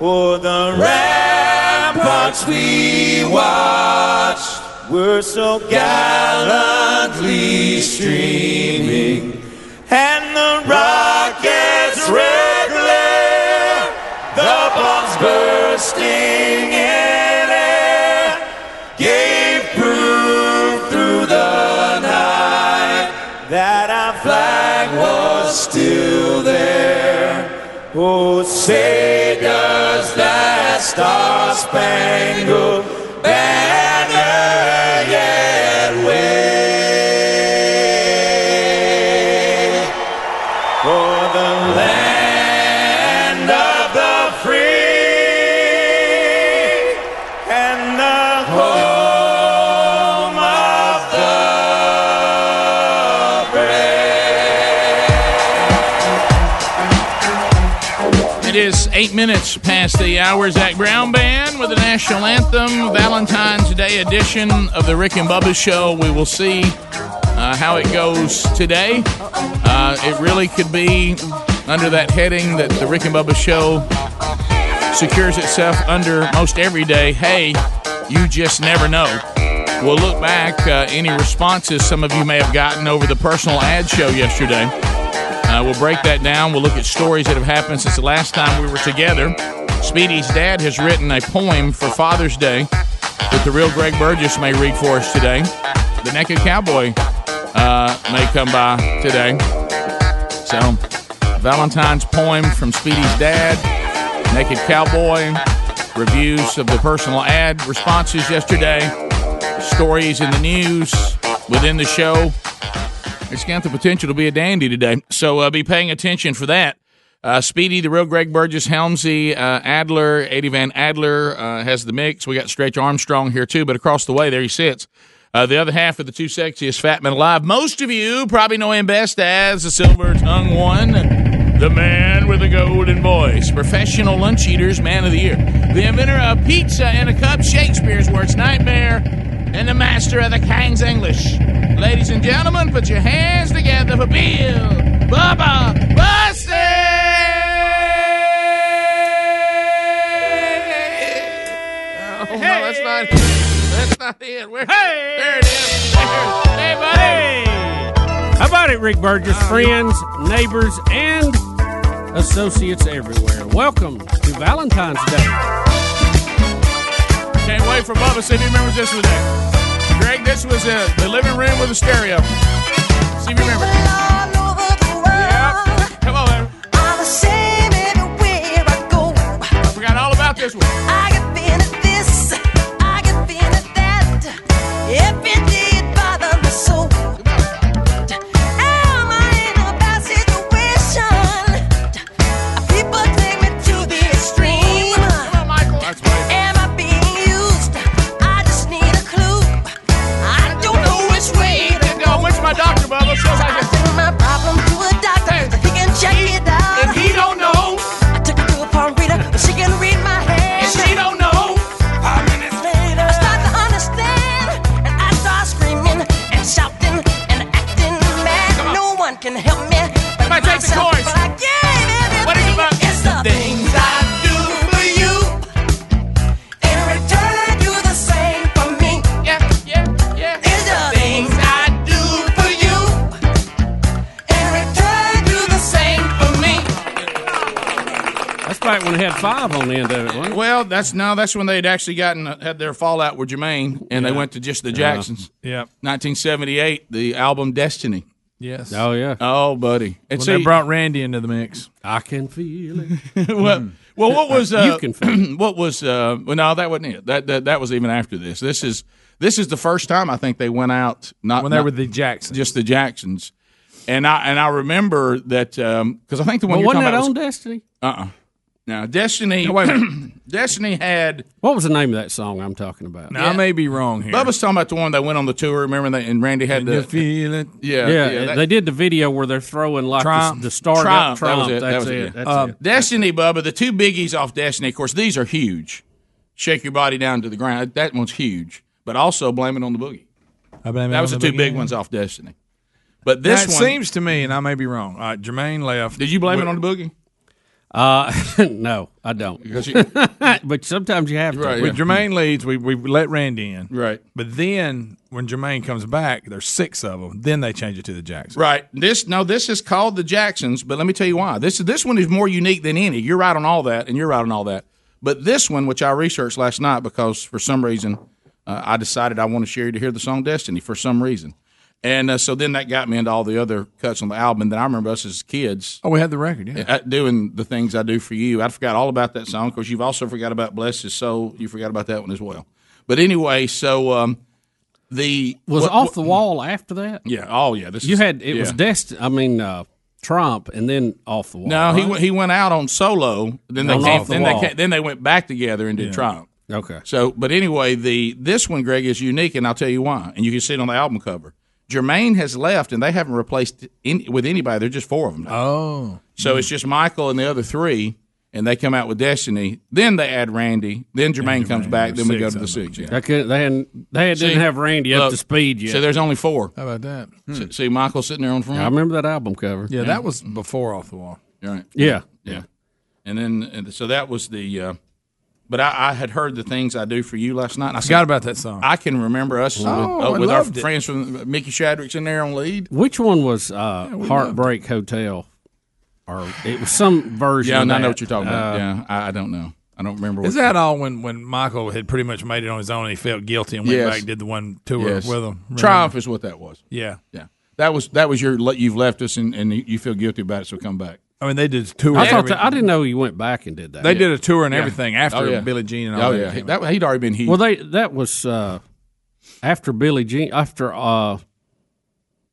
For the ramparts we watched were so gallantly streaming, and the rockets' red glare, the bombs bursting in air, gave proof through the night that our flag was still there. Oh, say does that star spangled banner yet wave for the land of the free and the home of the It is eight minutes past the hour. Zach Brown Band with the national anthem, Valentine's Day edition of the Rick and Bubba Show. We will see uh, how it goes today. Uh, it really could be under that heading that the Rick and Bubba Show secures itself under most every day. Hey, you just never know. We'll look back uh, any responses some of you may have gotten over the personal ad show yesterday. Uh, we'll break that down. We'll look at stories that have happened since the last time we were together. Speedy's dad has written a poem for Father's Day that the real Greg Burgess may read for us today. The Naked Cowboy uh, may come by today. So, Valentine's poem from Speedy's dad, Naked Cowboy, reviews of the personal ad responses yesterday, stories in the news within the show. It's got the potential to be a dandy today, so uh, be paying attention for that. Uh, Speedy, the real Greg Burgess, Helmsy, uh, Adler, Eddie Van Adler uh, has the mix. We got Stretch Armstrong here too, but across the way there he sits. Uh, the other half of the two sexiest fat men alive. Most of you probably know him best as the silver tongue one, the man with the golden voice, professional lunch eaters, man of the year, the inventor of pizza and a cup, Shakespeare's worst nightmare, and the master of the King's English. Ladies and gentlemen, put your hands together for Bill Bubba Bussett. Oh, no, that's not. That's not it. Where, There it is. There. Hey, buddy. How about it, Rick Burgess? Ah, Friends, neighbors, and associates everywhere. Welcome to Valentine's Day. Can't wait for Bubba. See if he remembers this one day. Greg, this was uh, the living room with a stereo. See if you remember. Yep. Come on, man. I'm the same anywhere I go. I forgot all about this one. I get been at this, I get been at that. Every day it bothers me so. Am I in a bad situation? People take me to the extreme. Am I being used? I just need a clue. I don't know which way to go. Where's my doctor, Bubba? Shows I send my problem to a doctor. He can check it out. If he don't know, I took it to a palm reader, but she can read my hand. If she don't know, five minutes later, I start to understand, and I start screaming and shouting and acting mad. No one can help me. But take the course. But I gave everything. It's the things I do for you. In return, you the same for me. Yeah, yeah, yeah. It's the things I do for you. In return, you the same for me. That's back when it had five on the end of it, wasn't it? Well, that's no, that's when they'd actually gotten uh, had their fallout with Jermaine, and they went to just the Jacksons. Yeah. 1978, the album Destiny. Yes. Oh, yeah. Oh, buddy. When And they see- brought Randy into the mix. I can feel it. well, well, what was You uh, what was uh, well, no, that wasn't it. That, that that was even after this. This is this is the first time I think they went out not When they not- were the Jacksons. just the Jacksons, and I and I remember that because I think the Well, one you're wasn't talking that about on was, Destiny? uh-uh. Now, Destiny. Destiny had. What was the name of that song I'm talking about? Now, I Yeah. may be wrong Bubba's talking about the one that went on the tour. Remember that? And Randy had Can the you feel it? Yeah, yeah, yeah, that- they did the video where they're throwing like the, the star Triumph. Triumph. That was it. That's that was it. it. Uh, That's Um, it. Destiny, Bubba. The two biggies off Destiny. Of course, these are huge. Shake your body down to the ground. That one's huge. But also blame it on the boogie. I blame it that was the on two big beginning. ones off Destiny. But this Now, it one seems to me, and I may be wrong. All right, Jermaine left. Did you blame it on the boogie? Uh, no, I don't. you- but sometimes you have to. When Jermaine leads, we we let Randy in. Right. But then when Jermaine comes back, there's six of them. Then they change it to the Jacksons. Right. This no, this is called the Jacksons, but let me tell you why. This this one is more unique than any. You're right on all that, and you're right on all that. But this one, which I researched last night because for some reason uh, I decided I want to share to hear the song Destiny for some reason. And uh, so then that got me into all the other cuts on the album. And then I remember us as kids Oh, we had the record. Yeah. uh, doing the things I do for you. I forgot all about that song because you've also forgot about Bless His Soul. You forgot about that one as well. But anyway, so um, the Was what- off the wall after that? Yeah. Oh, yeah. This you is- had it was yeah. destined. I mean, uh, Trump, and then off the wall. No, he right? went, he went out on solo. Then they On came, Off the then they Wall. came, then they went back together and did Yeah. Trump. Okay. So, but anyway, the this one, Greg, is unique, and I'll tell you why. And you can see it on the album cover. Jermaine has left, and they haven't replaced any, with anybody. They're just four of them. Now. Oh. So it's just Michael and the other three, and they come out with Destiny. Then they add Randy. Then Jermaine, comes back. Then we go to the six. Yeah. They, couldn't, they, hadn't, they didn't See, have Randy up look, to speed yet. So there's only four. How about that? See, see Michael sitting there on front. Hmm. I remember that album cover. Yeah, that was before Off the Wall. Right. Yeah. Yeah. And then, and so that was the. Uh, but I, I had heard the things I do for you last night. And I Forgot about that song. I can remember us Oh, with, I uh, with our loved it. friends from Mickey Shadrick's in there on lead. Which one was uh, we Heartbreak Hotel? Or it was some version. Yeah, of and I that. know what you're talking about. Uh, yeah, I, I don't know. I don't remember. Is what- that all when, when Michael had pretty much made it on his own and he felt guilty and went Yes. back and did the one tour Yes. with him? Remember? Triumph is what that was. Yeah. yeah. That was that was your. le- You've left us, and, and you- you feel guilty about it, so come back. I mean, they did a tour. I and thought everything. that, I didn't know you went back and did that. They did a tour and Yeah. everything after Oh, yeah. Billie Jean and Oh all yeah, He- that, he'd already been heat. Well, they that was uh, after Billy Jean. After uh,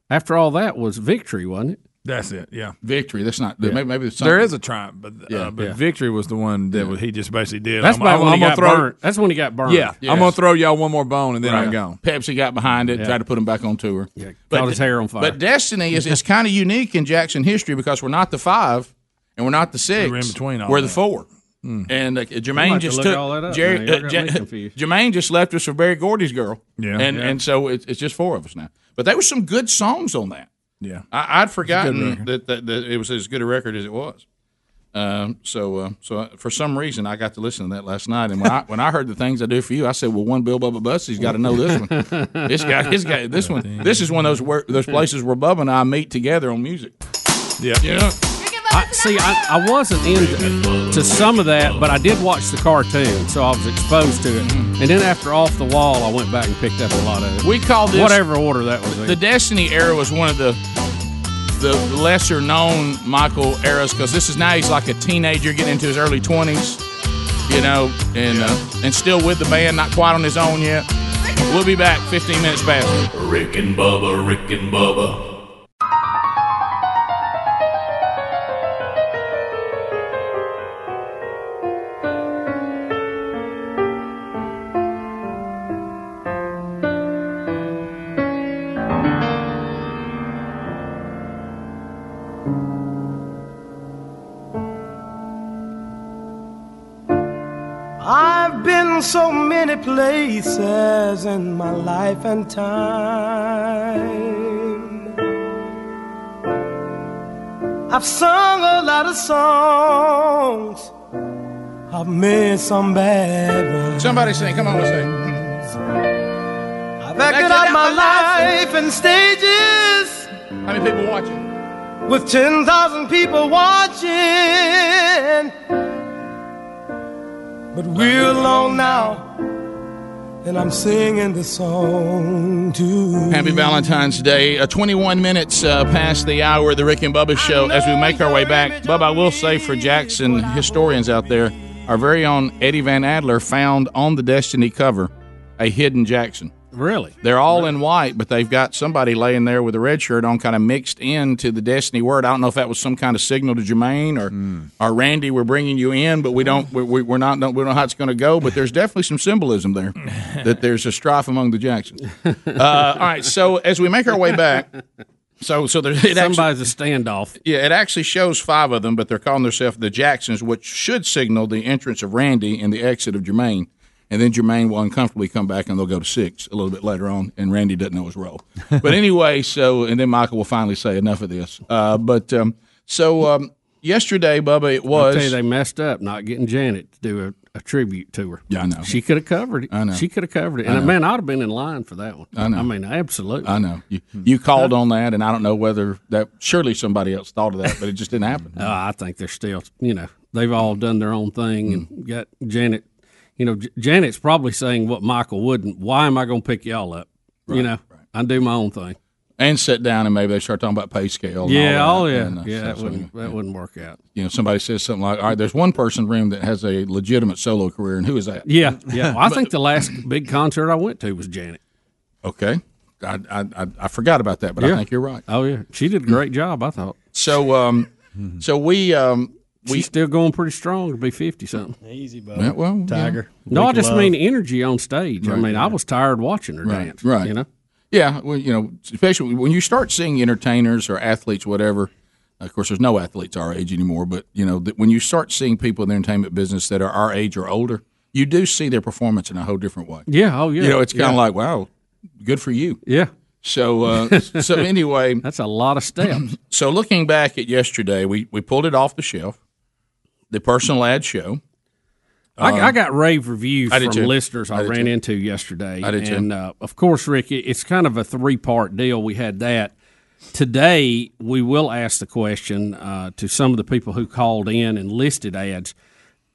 after all that was Victory, wasn't it? That's it. Yeah. victory. That's not. Yeah. Maybe, maybe it's There something- is a triumph, but uh, Yeah. but Yeah. victory was the one that he just basically did. That's about when he gonna got burnt. That's when he got burnt. Yeah, Yes. I'm gonna throw y'all one more bone and then I'm Right. gone. Pepsi got behind it, Yeah. tried to put him back on tour. Yeah, caught his hair on fire. But Destiny is, is kind of unique in Jackson history because we're not the five and we're not the 6 We're in between all we're the that. four. And uh, I'll Jermaine have to just look took all that up Jerry, now. Y'all uh, got Ja- me confused. Jermaine just left us for Barry Gordy's girl. Yeah. and Yeah. and so it's, it's just four of us now. But there were some good songs on that. Yeah. I, I'd It's a good forgotten record. that, that, that it was as good a record as it was. Um, so, uh, so I- for some reason, I got to listen to that last night, and when I when I heard the things I do for you, I said, "Well, one Bill Bubba Busty's got to know this one. This guy, this guy, this one. This is one of those where, those places where Bubba and I meet together on music. Yeah, you know, I, see, I, I wasn't into to some of that, but I did watch the cartoon, so I was exposed to it. And then after Off the Wall, I went back and picked up a lot of it. We call this- whatever order that was. the in. Destiny era was one of the the lesser known Michael eras because this is now he's like a teenager getting into his early twenties, you know, and uh, and still with the band, not quite on his own yet. We'll be back 15 minutes past. Rick and Bubba, Rick and Bubba. I've been so many places in my life and time. I've sung a lot of songs. I've made some bad ones. Somebody sing, come on, let's sing. I've acted out my life in stages. How many people watching? With 10,000 people watching. But we're alone now. And I'm singing this song to Happy Valentine's Day. Uh, 21 minutes uh, past the hour of the Rick and Bubba show as we make our way back. Bubba, I will say for Jackson historians out there, our very own Eddie Van Adler found on the Destiny cover a hidden Jackson. Really? They're all in white, but they've got somebody laying there with a red shirt on, kind of mixed into the Destiny word. I don't know if that was some kind of signal to Jermaine or, or Randy. We're bringing you in, but we don't. We, we, we're not. Don't, we don't know how it's going to go. But there's definitely some symbolism there that there's a strife among the Jacksons. Uh, all right. So as we make our way back, so so there, it Somebody's a standoff. Yeah, it actually shows five of them, but they're calling themselves the Jacksons, which should signal the entrance of Randy and the exit of Jermaine. And then Jermaine will uncomfortably come back, and they'll go to six a little bit later on, and Randy doesn't know his role. But anyway, so and then Michael will finally say enough of this. Uh, but um, so um, yesterday, Bubba, it I was tell you, they messed up not getting Janet to do a, a tribute to her. Yeah, I know. She could have covered it. I know. She could have covered it. I And know. man, I'd have been in line for that one. I know. I mean, absolutely. I know you, you called on that, and I don't know whether that surely somebody else thought of that, but it just didn't happen. Oh, I think they're still, you know, they've all done their own thing Mm. and got Janet. You know, J- Janet's probably saying what Michael wouldn't. Why am I going to pick y'all up? You know, I do my own thing. and sit down, and maybe they start talking about pay scale. and yeah, all oh that, yeah, and, uh, yeah. so- That so, wouldn't that wouldn't work out. you know, somebody says something like, "All right, there's one person in the room that has a legitimate solo career, and who is that?" Yeah, yeah. Well, I But- think the last big concert I went to was Janet. Okay, I I, I, I forgot about that, but I Yeah. think you're right. Oh yeah, she did a great job. I thought so. Um, so we um, we She's still going pretty strong to be fifty something. Easy, bud. Yeah, well, yeah. No, I just mean energy on stage. I Right, mean, I was tired watching her Right, dance. right. You know. Yeah, well, you know, especially when you start seeing entertainers or athletes, whatever. Of course, there's no athletes our age anymore, but you know, that when you start seeing people in the entertainment business that are our age or older, you do see their performance in a whole different way. Yeah. Oh yeah. You know, it's kind Yeah. of like, wow, good for you. Yeah. So, uh, so anyway, that's a lot of steps. so looking back at yesterday, we we pulled it off the shelf, the personal ad show. Um, I, I got rave reviews I from did too. listeners I, I did ran too. into yesterday. I did too. and uh, of course, Rick, it- it's kind of a three part deal. We had that today. We will ask the question uh, to some of the people who called in and listed ads.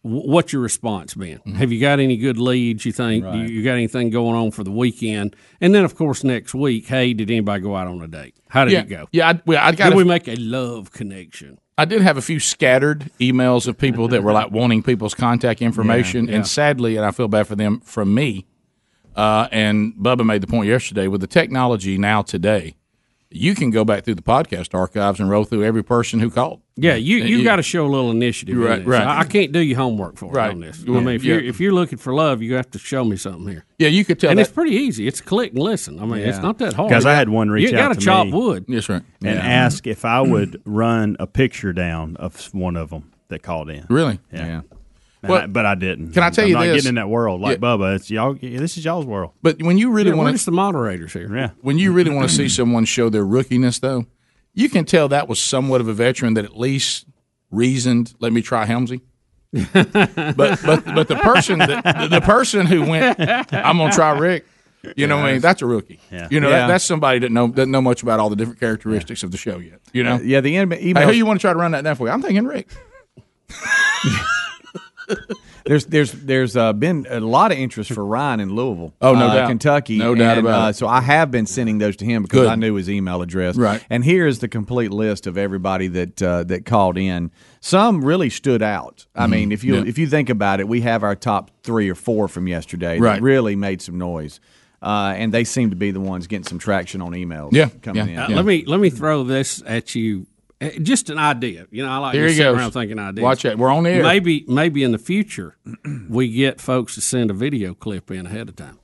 wh- What's your response been? Have you got any good leads? You think you- Mm-hmm. Right. you got anything going on for the weekend? And then, of course, next week, hey, did anybody go out on a date? How did yeah, it go? Yeah, I, well, I got did a- we make a love connection? I did have a few scattered emails of people that were like wanting people's contact information, Yeah, yeah. and sadly, and I feel bad for them, from me. Uh, and Bubba made the point yesterday with the technology now today, you can go back through the podcast archives and roll through every person who called. Yeah, you Uh, you you- got to show a little initiative. in Right, this. right. I, I can't do your homework for Right. you on this. Yeah, I mean, if yeah. you're if you're looking for love, you have to show me something here. Yeah, you could tell and that- it's pretty easy. It's click and listen. I mean, it's Yeah. not that hard. Guys, I had one reach you out gotta to chop me. wood. Yes, right. and Yeah. ask if I would run a picture down of one of them that called in. Really? Yeah. And Well, I- but I didn't. can I tell I'm you not this? getting in that world like Yeah. Bubba. It's y'all. This is y'all's world. But when you really Yeah, want where's the moderators here, yeah. When you really want to see someone show their rookiness, though, you can tell that was somewhat of a veteran that at least reasoned. Let me try Helmsy. but but but the person that, the person who went, I'm gonna try Rick. You know, what I mean, that's a rookie. Yeah. You know, Yeah. That, that's somebody that know doesn't know much about all the different characteristics of the show yet. You know, yeah. The email. hey, who you want to try to run that down for? You? I'm thinking Rick. There's there's there's uh, been a lot of interest for Ryan in Louisville. Oh, no uh, doubt. Kentucky. No doubt And, about uh, it. So I have been sending those to him because Good. I knew his email address. Right. And here is the complete list of everybody that uh, that called in. Some really stood out. I Mhm. mean, if you Yeah. if you think about it, we have our top three or four from yesterday Right. that really made some noise, uh, and they seem to be the ones getting some traction on emails. coming Uh, in. Let me let me throw this at you. Uh, Just an idea. You know, I like Here to he sit goes. around thinking ideas. Watch that. We're on the air. Maybe maybe in the future we get folks to send a video clip in ahead of time.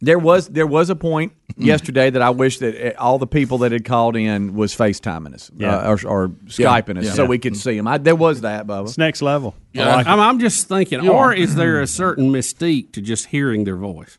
There was there was a point Mm-hmm. yesterday that I wish that uh, all the people that had called in was FaceTiming us Yeah. uh, or, or Skyping us Yeah. so Yeah. we could see them. I, there was that, Bubba. It's next level. Yeah. I like I'm, I'm just thinking, You or are. is there a certain mystique to just hearing their voice?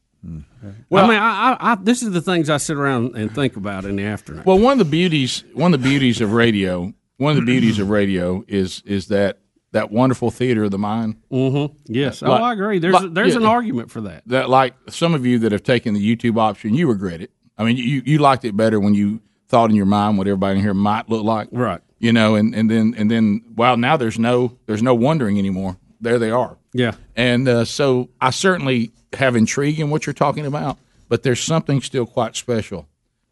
Well- I mean, I, I, I, this is the things I sit around and think about in the afternoon. Well, one of the beauties, one of the beauties of radio, one of the beauties of radio is is that that wonderful theater of the mind. Mm-hmm. Yes, oh, Like- I agree. There's like- there's an yeah. argument for that. That like some of you that have taken the YouTube option, you regret it. I mean, you you liked it better when you thought in your mind what everybody in here might look like, right? You know, and and then and then wow, now there's no there's no wondering anymore. There they are. Yeah. And uh, so I certainly have intrigue in what you're talking about, but there's something still quite special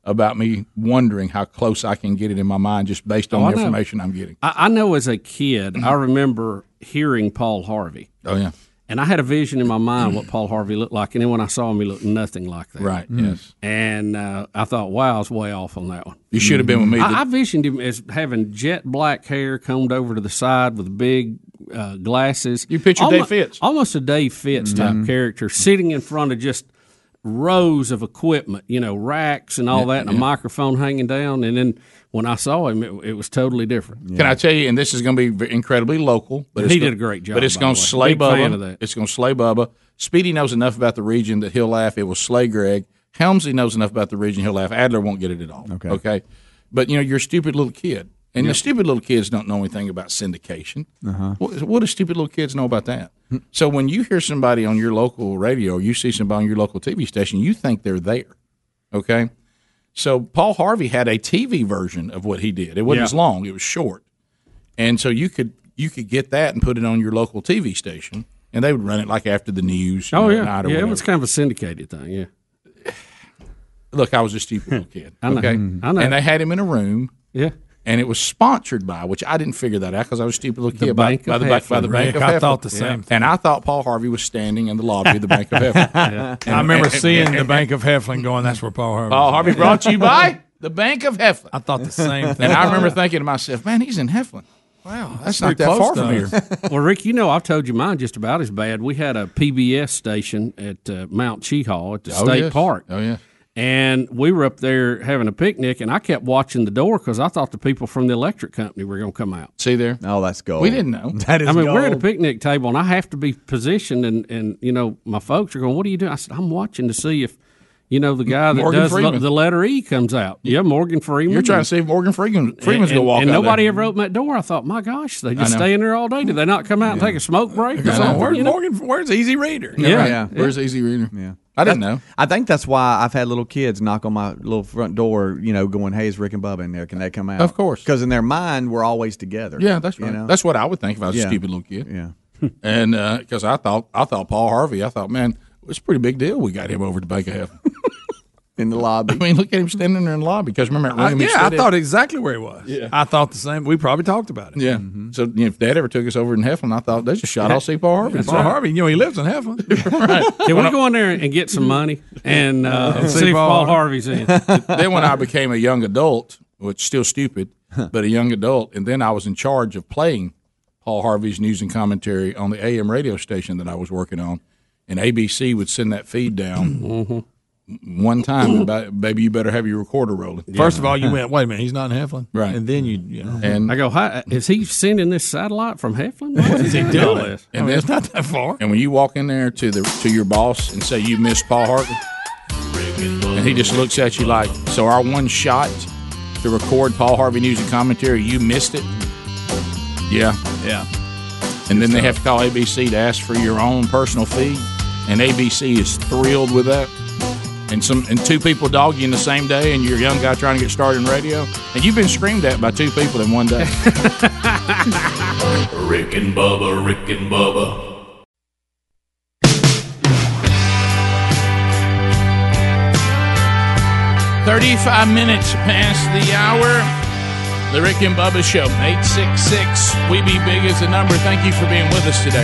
about me wondering how close I can get it in my mind just based on Oh, I the know. information I'm getting. I, I know as a kid, I remember hearing Paul Harvey. Oh yeah. And I had a vision in my mind what Paul Harvey looked like, and then when I saw him, he looked nothing like that. Right, Mm. yes. And uh, I thought, wow, I was way off on that one. You should have been with me. I, I visioned him as having jet black hair combed over to the side with big uh, glasses. You picture Dave Mm-hmm. Fitz, almost a Dave Fitz type character, sitting in front of just rows of equipment, you know, racks and all Yeah, that, and a yeah. microphone hanging down. And then when I saw him, it, it was totally different. Can I tell you? And this is going to be v- incredibly local, but it's He go- did a great job, But it's by going the to way. slay Big fan of Bubba. that. It's going to slay Bubba. Speedy knows enough about the region that he'll laugh. It will slay Greg. Helmsy knows enough about the region he'll laugh. Adler won't get it at all. Okay. Okay. But you know you're a stupid little kid, and the stupid little kids don't know anything about syndication. Uh-huh. What, what do stupid little kids know about that? Hmm. So when you hear somebody on your local radio, you see somebody on your local TV station, you think they're there. Okay. So Paul Harvey had a TV version of what he did. It wasn't Yeah. as long; it was short, and so you could you could get that and put it on your local TV station, and they would run it like after the news. you Oh know, at yeah, night or yeah. It whatever. was kind of a syndicated thing. Yeah. look, I was a stupid little kid. I know. Okay, Mhm. I know. And they had him in a room. Yeah. And it was sponsored by, which I didn't figure that out because I was a stupid little The kid. by- Bank by, of the, by, by Heflin, the Bank Rick. of I Heflin. thought the same thing. And I thought Paul Harvey was standing in the lobby of the Bank of Heflin. I remember seeing the Bank of Heflin going, that's where Paul Harvey Paul Harvey brought you by the Bank of Heflin. I thought the same thing. And I remember thinking to myself, man, he's in Heflin. Wow, that's, not that far from here. well, Rick, you know I've told you mine just about as bad. We had a PBS station at uh, Mount Cheehaw at the Oh, state yes. park. Oh yeah. And we were up there having a picnic, and I kept watching the door because I thought the people from the electric company were going to come out. See there? Oh, that's gold. We didn't know. That is I mean, we're at a gold. picnic table, and I have to be positioned, and and you know, my folks are going, "What are you doing?" I said, "I'm watching to see if." You know the guy that Morgan does Freeman. the, the letter E comes out. Yeah, Morgan Freeman. You're trying to see if Morgan Freeman Freeman's and, going to walk And out nobody there. ever opened that door. I thought, my gosh, they just I know. stay in there all day. Did they not come out and take a smoke break? Or something, you know? where's Easy Reader? Yeah. Yeah. Yeah. Where's Easy Reader? Yeah. I That- didn't know. I think that's why I've had little kids knock on my little front door, you know, going, "Hey, is Rick and Bubba in there? Can they come out?" Of course. because in their mind, we're always together. Yeah, that's you right. know? That's what I would think if I was Yeah. a stupid little kid. Yeah. and because I thought I thought Paul Harvey, I thought, man, it's a pretty big deal. We got him over to Baker Heaven in the lobby. I mean, look at him standing there in the lobby. Because remember that I, room? he Uh, yeah, I stood in? thought exactly where he was. Yeah. I thought the same. We probably talked about it. Yeah. So you know, if Dad ever took us over in Heflin, I thought there's a shot. I'll see Paul Harvey. That's Paul Harvey, you know, he lives in Heflin. Can we go in there and get some money and, uh, And see, if Paul Harvey's in? then when I became a young adult, which still stupid, but a young adult, and then I was in charge of playing Paul Harvey's news and commentary on the AM radio station that I was working on, and ABC would send that feed down. Mm-hmm. One time, and ba- baby, you better have your recorder rolling. First of all, you went, wait a minute, he's not in Heflin. Right. And then you, you know. And- I go, Hi, is he sending this satellite from Heflin? What is he he doing? all doing? this? I mean, it's not that far. And when you walk in there to the to your boss and say you missed Paul Harvey, and he just looks at you like, "So our one shot to record Paul Harvey news and commentary, you missed it." Yeah, yeah. And then they have to call ABC to ask for your own personal feed, and ABC is thrilled with that. And some and two people dog you in the same day, and you're a young guy trying to get started in radio, and you've been screamed at by two people in one day. Rick and Bubba, Rick and Bubba, Thirty-five minutes past the hour. The Rick and Bubba Show, 866. We be big as a number. Thank you for being with us today.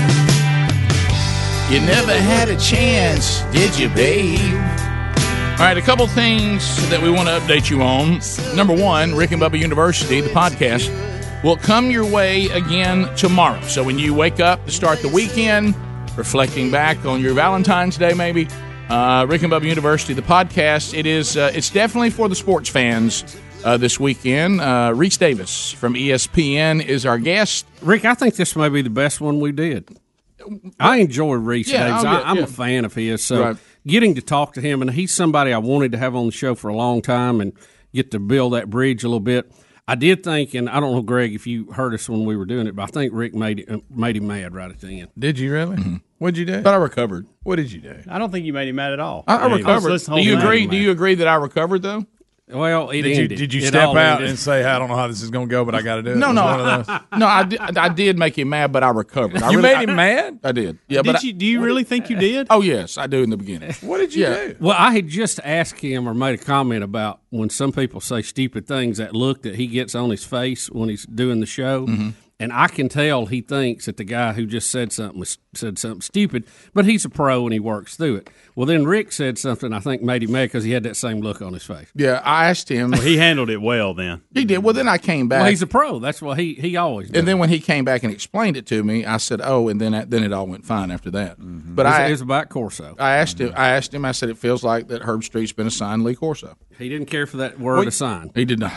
You never had a chance, did you, babe? All right, a couple things that we want to update you on. Number one, Rick and Bubba University, the podcast, will come your way again tomorrow. So when you wake up to start the weekend, reflecting back on your Valentine's Day, maybe uh, Rick and Bubba University, the podcast, it is uh, it's definitely for the sports fans uh, this weekend. Uh, Reese Davis from E ESPN is our guest. Rick, I think this may be the best one we did. I enjoy Reese Yeah, Davis. oh, I, yeah, I'm yeah. a fan of his. So Right. getting to talk to him, and he's somebody I wanted to have on the show for a long time and get to build that bridge a little bit. I did think, and I don't know, Greg, if you heard us when we were doing it, but I think Rick made it, made him mad right at the end. Did you really? What'd you do? Mm-hmm. But I recovered. What did you do? I don't think you made him mad at all. I, I recovered. Do you agree? Do you agree that I recovered though? Well, Did you, did you step out and say, I don't know how this is going to go, but I got to do it? No, It was no, one of those. I- no. I did, I did make him mad, but I recovered. I You really- made him I- mad? I did. Yeah, Did but I- you- do you really think you did? Oh yes, I do in the beginning. What did you Yeah. do? Well, I had just asked him or made a comment about when some people say stupid things, that look that he gets on his face when he's doing the show. Mhm. And I can tell he thinks that the guy who just said something was, said something stupid, but he's a pro and he works through it. Well, then Rick said something I think made him mad because he had that same look on his face. Yeah, I asked him. he handled it well then. He did. Well, then I came back. Well, he's a pro. That's what he he always. Does. and then when he came back and explained it to me, I said, "Oh," and then then it all went fine after that. Mm-hmm. But It's- I it's about Corso. I asked him. I asked him. I said, "It feels like that Herb Street's been assigned Lee Corso." He didn't care for that word Well, assigned. He did not.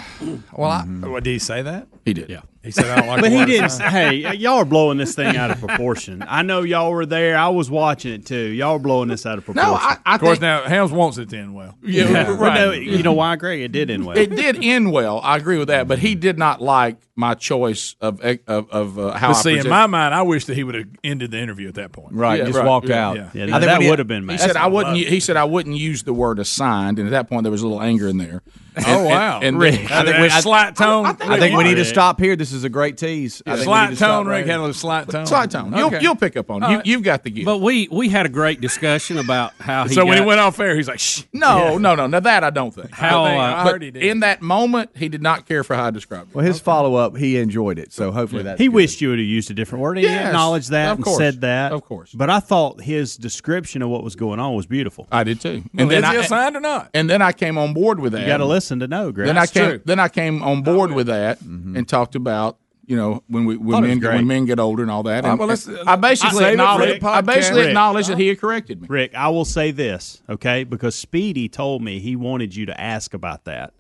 Well, I- What, did he say that? He did. Yeah. He said, I don't like but the he word didn't. assigned. Hey, y'all are blowing this thing out of proportion. I know y'all were there. I was watching it too. Y'all are blowing this out of proportion. of course, now Helms wants it to end well. Yeah, Well, right. no, you know why, Greg? It did end well. It did end well. I agree with that, but Mm-hmm. he did not like my choice of of, of uh, how. But I see, in presented- my mind, I wish that he would have ended the interview at that point. Yeah, right, yeah. I think when he- He said I wouldn't. u- He said I wouldn't use the word assigned, and at that point there was a little anger in there. Oh, wow. and Rick. I think we, I, Slight tone. I think, we need to stop here. This is a great tease. I think we need Slight to stop tone, right Rick here. had a little slight tone. Slight tone. You'll- you'll pick up on it. You- you've got the gift. But we we had a great discussion about how he So when he got- went off air, he's like, Shh. No, Yeah. no, no. Now that I don't think. How, I, think, uh, I but heard he did. In that moment, he did not care for how I described it. Well, his follow up, he enjoyed it. So hopefully that's he good. wished you would have used a different word. He Yes, acknowledged that of and course, said that. of course. But I thought his description of what was going on was beautiful. I did too. And then I, signed or not? And then I came on board with that. you got to listen to know, Greg. Then I came. Then I came on board with that and talked about you know when we Thought when it was men great. when men get older and all that. Uh, And well, let's- I basically Save it for acknowledged. the I basically podcast. acknowledged that he corrected me. Rick, I will say this, okay? Because Speedy told me he wanted you to ask about that.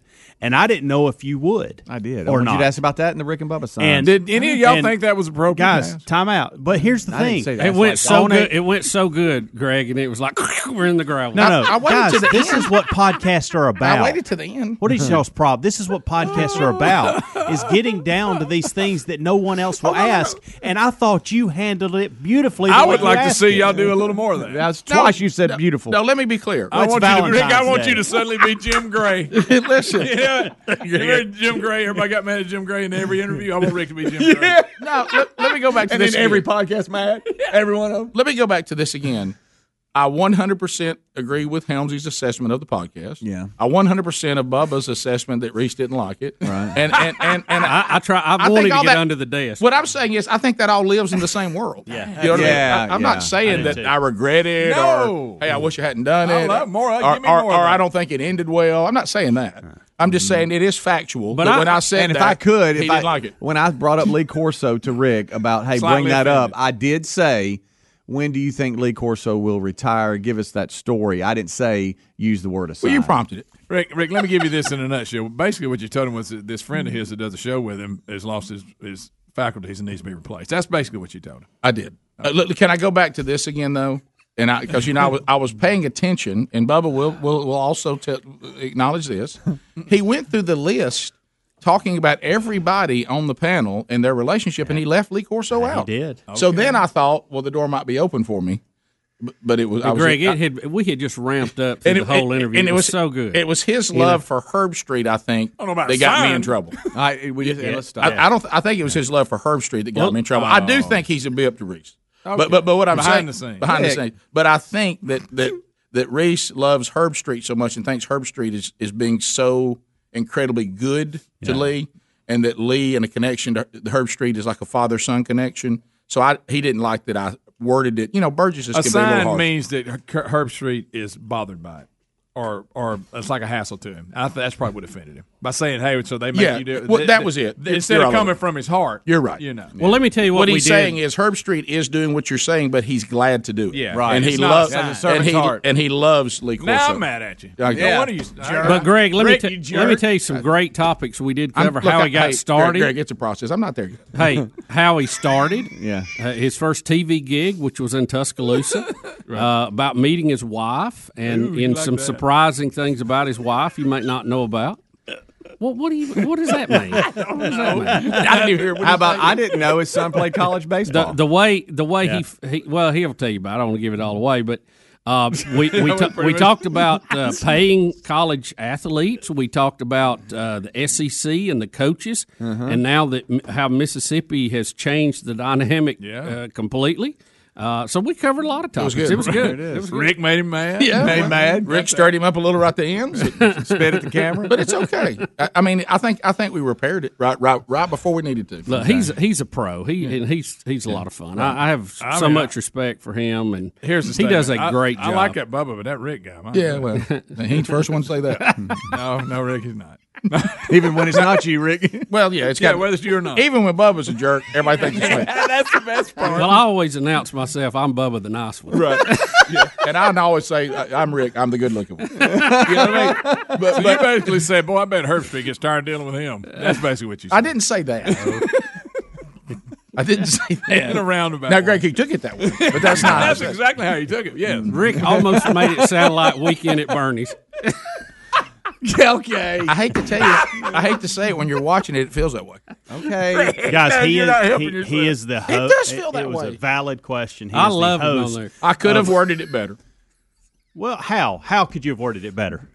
And I didn't know if you would. I did. I Or wanted you not. to ask about that in the Rick and Bubba sign. And- did any of y'all think that was appropriate? Guys, time out. But here's the I thing. didn't say that. It It's went like so on good. a- It went so good, Greg, and it was like we're in the gravel. No, no, I, guys. This is what podcasts are about. to the end. What is y'all's problem? This is what podcasts are about: is getting down to these things that no one else will ask. And I thought you handled it beautifully. the I way would you like to asked see it. y'all do a little more of that. That's No, twice you said beautiful. No, let me be clear. Well, I it's want you to, Valentine's Rick, I want Day. you to suddenly be Jim Gray. Listen, yeah, you remember Jim Gray. Everybody got mad at Jim Gray in every interview. I want Rick to be Jim Gray. No, let, let me go back to And this. then every podcast, mad. Every one of them. Let me go back to this again. I 100% agree with Helmsy's assessment of the podcast. Yeah. I 100% of Bubba's assessment that Reese didn't like it. Right. And and and, and I, try. I've I think wanted to all get that- under the desk. What I'm saying is, I think that all lives in the same world. Yeah. You know what Yeah, I mean? I, am yeah. not saying I do that too. I regret it No. or, hey, I wish I hadn't done I it. love more. or, Give me more or, of or that. I don't think it ended well. I'm not saying that. I'm just saying it is factual. But I, when I said and that, if I could, he if didn't I like it. when I brought up Lee Corso to Rick about hey, Slightly bring that offended. up, I did say, when do you think Lee Corso will retire? Give us that story. I didn't say use the word aside. Well, you prompted it. Rick, Rick, let me give you this in a nutshell. Basically, what you told him was that this friend of his that does a show with him has lost his, his faculties and needs to be replaced. That's basically what you told him. I did. Uh, look, can I go back to this again though? And I, because you know, I was, I was paying attention, and Bubba will will, will also tell acknowledge this. He went through the list, talking about everybody on the panel and their relationship, and he left Lee Corso out. He did. So then I thought, well, the door might be open for me, but, but it was. I But was Greg, I- it had, we had just ramped up through the whole interview, and it was so good. It was his You know? love for Herb Street, I think, I don't know about that got me fine. in trouble. I, we just, Yeah. let's stop. I, I don't. I think it was his love for Herb Street that got Well- me in trouble. I do Oh. think he's a bit up to Reese, Okay. but but but what I'm Behind saying- the scenes. behind Heck. the scenes. But I think that that that Reese loves Herb Street so much and thinks Herb Street is is being so incredibly good to Yeah. Lee, and that Lee and a connection to Herb Street is like a father son connection. So I he didn't like that I worded it. You know, Burgess is a can be a little sign harsh. means that Her- Herb Street is bothered by it, or or it's like a hassle to him. I th- that's probably what offended him by saying, "Hey, so they make Yeah. you do." Well, th- that th- was it. th- Instead You're of all coming over. from his heart, You're right. You know. Well, let me tell you what, what we he's did. saying is Herb Street is doing what you're saying, but he's glad to do it. Yeah. Right. And he It's not a loves sign. It's a and servant's he heart. and he loves Lee Now Corso. I'm mad at you. Okay. No wonder you- But Greg, let Rick, me you ta- let me jerk. tell you some great topics we did I'm- cover. look, how I- he got hey, started. Greg, Greg, it's a process. I'm not there yet. hey, how he started. Yeah. Uh, his first TV gig, which was in Tuscaloosa, uh, about meeting his wife and Ooh, you in like some that. surprising things about his wife you might not know about. Well, what do you? What does that mean? What does that mean? How about I didn't know his son played college the, baseball. the way the way Yeah. he f he, well he'll tell you about. it. I don't want to give it all away, but uh, we That we, was ta- pretty we much- talked about uh, paying college athletes. We talked about uh, the SEC and the coaches, Uh-huh. and now that m- how Mississippi has changed the dynamic uh, completely. Uh, so we covered a lot of topics. It was good. It was good. Rick made him mad. Yeah, made well, him mad. Rick stirred him up a little right at the end. Spit at the camera. But it's okay. I, I mean, I think I think we repaired it right right right before we needed to. Look, he's he's a pro. He and he's he's a lot of fun. I, I have I so mean, much respect for him, and Here's the he does a statement. I- great I, job. like that Bubba, but that Rick guy. my Yeah, well, goodness. he ain't the first one to say that. no, no, Rick, he's not. Even when it's not you, Rick. Well, yeah, it's Yeah, got whether it's you or not. Even when Bubba's a jerk, everybody thinks it's me. That's the best Well, I always announce myself. I'm Bubba the nice one. Right. Yeah. And I always say, I- I'm Rick. I'm the good looking one. so you basically said, "Boy, I bet Herb Street gets tired of dealing with him." That's basically what you said. I didn't say that. I didn't say that. In a roundabout Now, way. Greg, he took it that way, but that's not. That's exactly how you took it. Yeah, Rick almost made it sound like weekend at Bernie's. okay. I hate to tell you, I hate to say it. When you're watching it, it feels that way. Okay, guys, he You're is not helping he, yourself. he is the It host. does feel that it was way. a valid question. He I is the love him on host there. I could have of- worded it better. Well, how how could you have worded it better?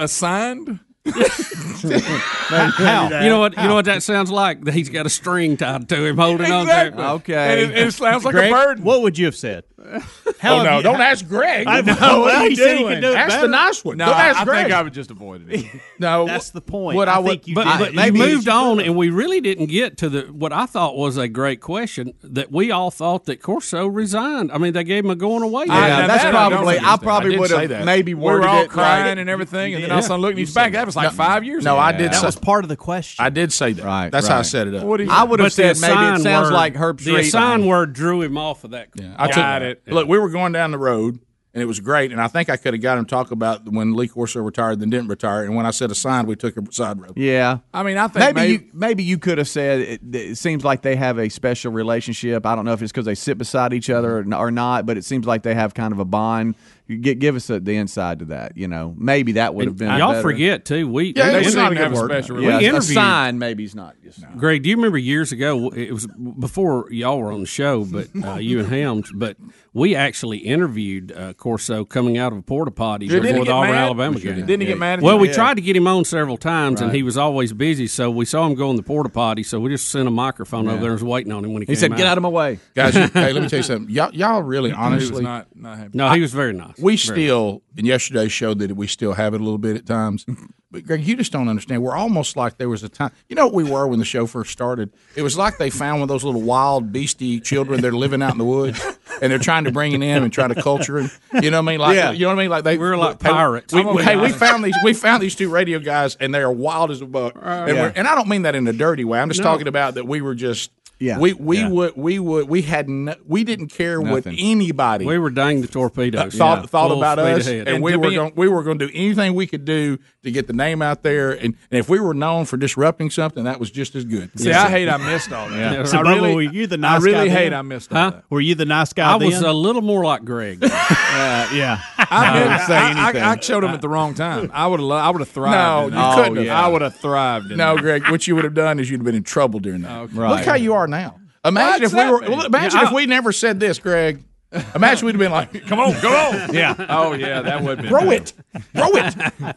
Assigned How? You know what? You know what that sounds like? He's got a string tied to him, holding Exactly. on to. Okay. And it- and it sounds like a Greg, burden. What would you have said? oh no! don't ask Greg. I know. What are you doing? Ask Better? the nice one. No, don't I- ask I Greg. think I would just avoided it. no, That's the point. What I, would, but, but you moved on, and we really didn't get to the what I thought was a great question that we all thought that Corso resigned. I mean, they gave him a going away. Yeah, date. that's probably. I, probably would have maybe We were worded all it crying like, and everything, and then Yeah. all of a sudden looking, he's back. That was like five years no, ago. I did That say- was part of the question. I did say that. Right. That's how I right. set it up. What do you- I would have But the said maybe it assign sounds like Herb the Street. assign Sign word drew him off of that. Yeah, I took it. Look, we were going down the road, and it was great. And I think I could have got him to talk about when Lee Corso retired, then didn't retire, and when I said assigned, we took a side road. Yeah. I mean, I think maybe, maybe- you maybe you could have said it, that it seems like they have a special relationship. I don't know if it's because they sit beside each other or, or not, but it seems like they have kind of a bond. You Get, give us a, the inside to that. You know, maybe that would have been. y'all better. forget too. We Yeah, we interviewed- it's not a good word. We Yeah, interviewed a sign maybe is not. Just, Greg, do you remember years ago? It was before y'all were on the show, but uh, you and Helms. But we actually interviewed uh, Corso coming out of a porta potty Didn't he before the get Auburn, mad? Alabama Sure game. did. Didn't he get mad at Well, you? we Yeah. tried to get him on several times, and Right. he was always busy. So we saw him go in the porta potty. So we just sent a microphone Yeah. over there and was waiting on him when he, He came said, out. "Get out of my way." Guys, you- hey, let me tell you something. Y'all- y'all really honestly- No, he was very nice. We Very still, and yesterday showed that we still have it a little bit at times. But Greg, you just don't understand. We're almost like there was a time. You know what we were when the show first started? It was like they found one of those little wild, beastie children that are living out in the woods, and they're trying to bring it in and try to culture him. You know what I mean? Like, Yeah. you know what I mean? Like they we're like pirates. Hey, I'm gonna we, be hey, we honest. found these. We found these two radio guys, and they are wild as a buck. and, Yeah. we're, and I don't mean that in a dirty way. I'm just No. talking about that we were just. Yeah. We we Yeah. would we would we had no, we didn't care what Nothing. anybody uh, We were dang the torpedoes. thought Yeah. thought Full about speed us, ahead. and, And we to were be- going we were going to do anything we could do to get the name out there. And, and if we were known for disrupting something, that was just as good. See, I hate I missed all that. Yeah. I So, Bubba, really, were you the nice I really guy hate then? I missed all Huh? that. Were you the nice guy? I was then? a little more like Greg. Uh, yeah. I, No. didn't say I- I- anything. I, I showed him at the wrong time. I would have. I would have No, thrived. you couldn't. have. I would have thrived. In Oh, No, that. Greg, what you would have done is you'd have been in trouble during that. Right. Look how you are now. Imagine What's if we that were. mean? well, imagine Yeah, if we never said this, Greg. Imagine we'd have been like, "Come on, go on." Yeah. Oh, yeah, that would've been Throw bad. it, throw it.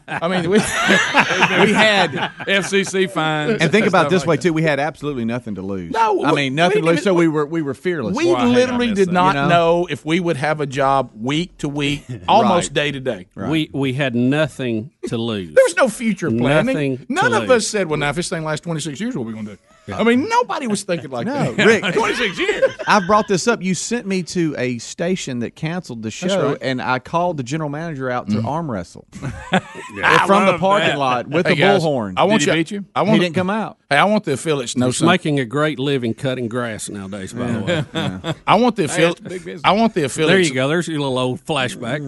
I mean, we we had FCC fines And think stuff about this like way too: we had absolutely nothing to lose. No, I we- mean nothing we to lose. didn't- So we were we were fearless. We literally did not know? if we would have a job week to week, almost Right. day to day. We we had nothing to lose. There was no future planning. Nothing to None of lose. us said, "Well, now if this thing lasts 26 years, what are we going to do?" I mean, nobody was thinking like No, that. Rick. 26 years. I've brought this up. You sent me to a station that canceled the show, right. Mm. and I called the general manager out to arm wrestle I from the love parking that. lot with Hey, a guys, bullhorn. I want you. I want he didn't come out. Hey, I want the affiliates to know He's something. making a great living cutting grass nowadays. By the way, I want the Hey, that's affiliates. a big business. I want the affiliates. There you go. There's your little old flashback.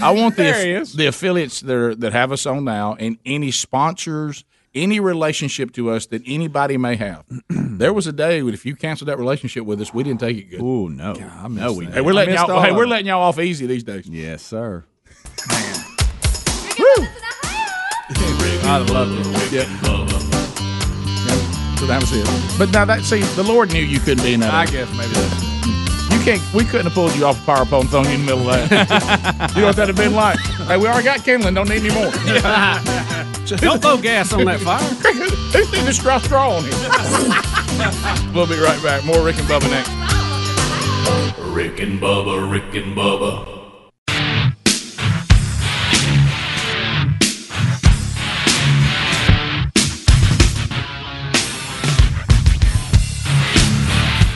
I want the There he is. the affiliates that are, that have us on now, and any sponsors, any relationship to us that anybody may have. there was a day when if you canceled that relationship with us, we didn't take it good. Oh no, no, we. that. Hey, we're I letting missed all y'all. Hey, of we're it. letting y'all off easy these days. Yes, sir. I love it. Yeah. So that was it. But now that see, the Lord knew you couldn't be in that. I guess maybe that's. You can't. We couldn't have pulled you off a power pole and thrown you in the middle of that. you know what that'd have been like? Hey, we already got kindling. Don't need any more. Don't throw gas on that fire. Who's thinking this straw straw on here? we'll be right back. More Rick and Bubba next. Rick and Bubba, Rick and Bubba,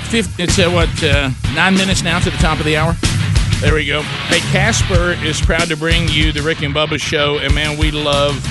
Fif- it's uh, what uh, nine minutes now to the top of the hour. There we go. Hey, Casper is proud to bring you the Rick and Bubba show, and man, we love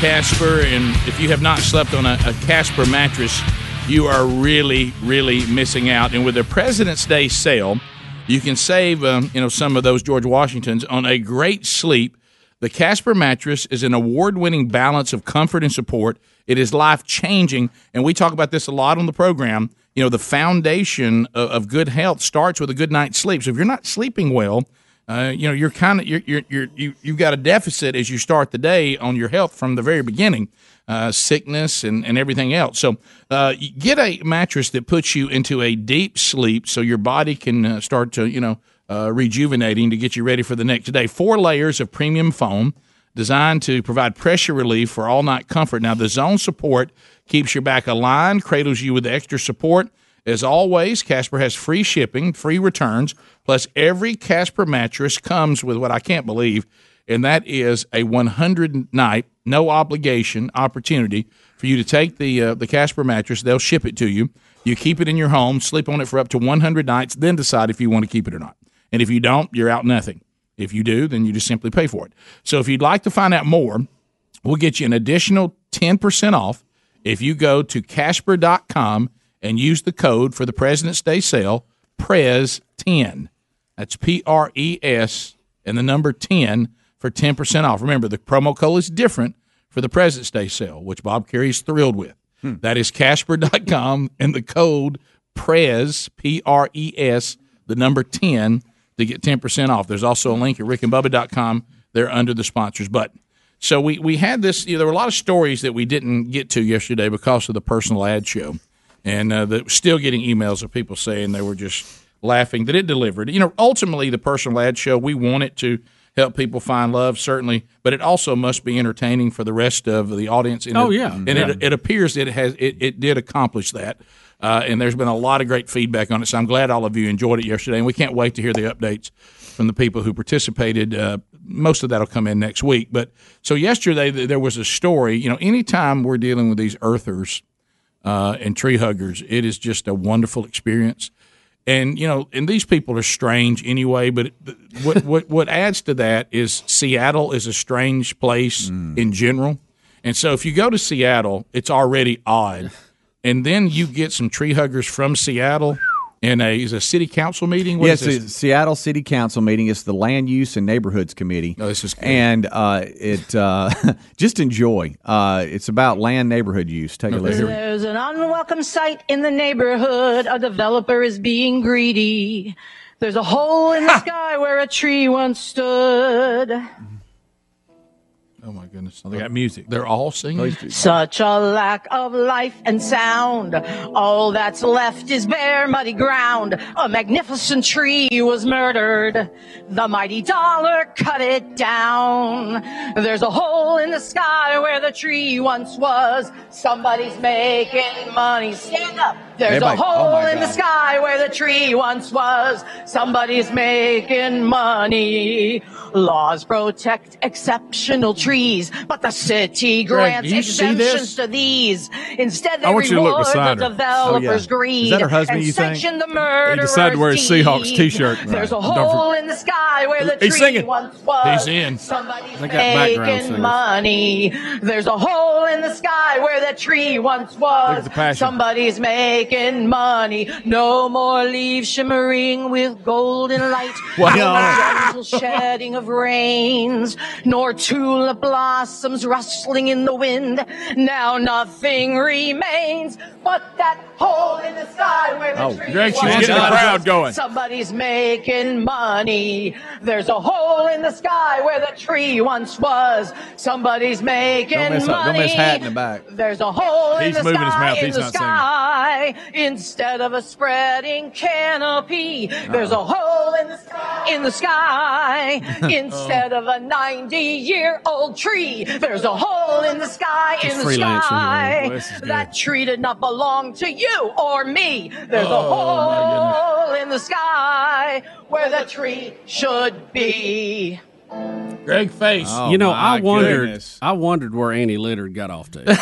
Casper. And if you have not slept on a, a Casper mattress, you are really, really missing out. And with the President's Day sale, you can save um, you know some of those George Washingtons on a great sleep. The Casper mattress is an award winning balance of comfort and support. It is life changing. And we talk about this a lot on the program. You know, the foundation of, of good health starts with a good night's sleep. So if you're not sleeping well, uh, you know, you're kind of you're, you're, you're, you you've got a deficit as you start the day on your health from the very beginning, uh, sickness and, and everything else. So uh, you get a mattress that puts you into a deep sleep, so your body can uh, start to you know uh, rejuvenating to get you ready for the next day. Four layers of premium foam designed to provide pressure relief for all night comfort. Now, the zone support keeps your back aligned, cradles you with extra support. As always, Casper has free shipping, free returns, plus every Casper mattress comes with what I can't believe, and that is a 100 night, no obligation opportunity for you to take the uh, the Casper mattress. They'll ship it to you. You keep it in your home, sleep on it for up to 100 nights, then decide if you want to keep it or not. And if you don't, you're out nothing. If you do, then you just simply pay for it. So if you'd like to find out more, we'll get you an additional 10% off if you go to Casper.com and use the code for the President's Day sale, PRES10. That's P R E S and the number 10 for 10% off. Remember, the promo code is different for the President's Day sale, which Bob Carey is thrilled with. Hmm. That is Casper.com and the code PRES, P R E S, the number 10 to get 10% off. There's also a link at rickandbubba.com. They're under the sponsors button. So we, we had this, you know, there were a lot of stories that we didn't get to yesterday because of the personal ad show. And uh, the, still getting emails of people saying they were just laughing that it delivered. You know, ultimately, the personal ad show, we want it to help people find love, certainly, but it also must be entertaining for the rest of the audience. And Oh, it- yeah. And Yeah. It, it appears it has it, it did accomplish that. Uh, and there's been a lot of great feedback on it, so I'm glad all of you enjoyed it yesterday. And we can't wait to hear the updates from the people who participated. Uh, most of that'll come in next week. But so yesterday th- there was a story. You know, anytime we're dealing with these earthers uh, and tree huggers, it is just a wonderful experience. And you know, and these people are strange anyway. But it- th- what what what adds to that is Seattle is a strange place in general. And so if you go to Seattle, it's already odd. And then you get some tree huggers from Seattle in a, is a city council meeting. What is yes, it's Seattle City Council meeting. It's the Land Use and Neighborhoods Committee. Oh, No, this is and uh, it uh, just enjoy. Uh, it's about land neighborhood use. Take a listen. There's an unwelcome sight in the neighborhood. A developer is being greedy. There's a hole in the sky where a tree once stood. Oh my goodness! they got music. They're all singing. Such a lack of life and sound. All that's left is bare, muddy ground. A magnificent tree was murdered. The mighty dollar cut it down. There's a hole in the sky where the tree once was. Somebody's making money. Stand up. There's Everybody- a oh hole my in the God. sky where the tree once was. Somebody's making money. Laws protect exceptional trees, but the city Greg, grants do you see this? exemptions to these. Instead, they I want you to look reward beside the her. developers' Oh, yeah. greed Is that her husband, and you think? sanction the murderers. decided to wear a Seahawks deed. t-shirt. There's a Right. Don't hole in the sky where the He's tree singing. once was. He's in. Somebody's They got background making singers. money. There's a hole in the sky where the tree once was. at the passion. Somebody's making money. No more leaves shimmering with golden light. Wow. No more gentle shedding of rains, nor tulip blossoms rustling in the wind. Now nothing remains but that hole in the sky where the Oh, tree Greg, she's was. getting the crowd going. Somebody's making money. There's a hole in the sky where the tree once was. Somebody's making Don't miss, money. don't miss hat in the back. There's a hole He's in the moving his sky mouth. in He's the not singing. sky. Instead of a spreading canopy, there's a hole in the sky. In the sky, instead of a 90-year-old tree, there's a hole in the sky. Just in the freelance anyway. sky, Well, this is good. that tree did not belong to you or me. There's Oh, a hole in the sky where the tree should be. Greg face. you know, I Oh, my wondered. goodness. I wondered where Annie Leonard got off to. Oh, uh,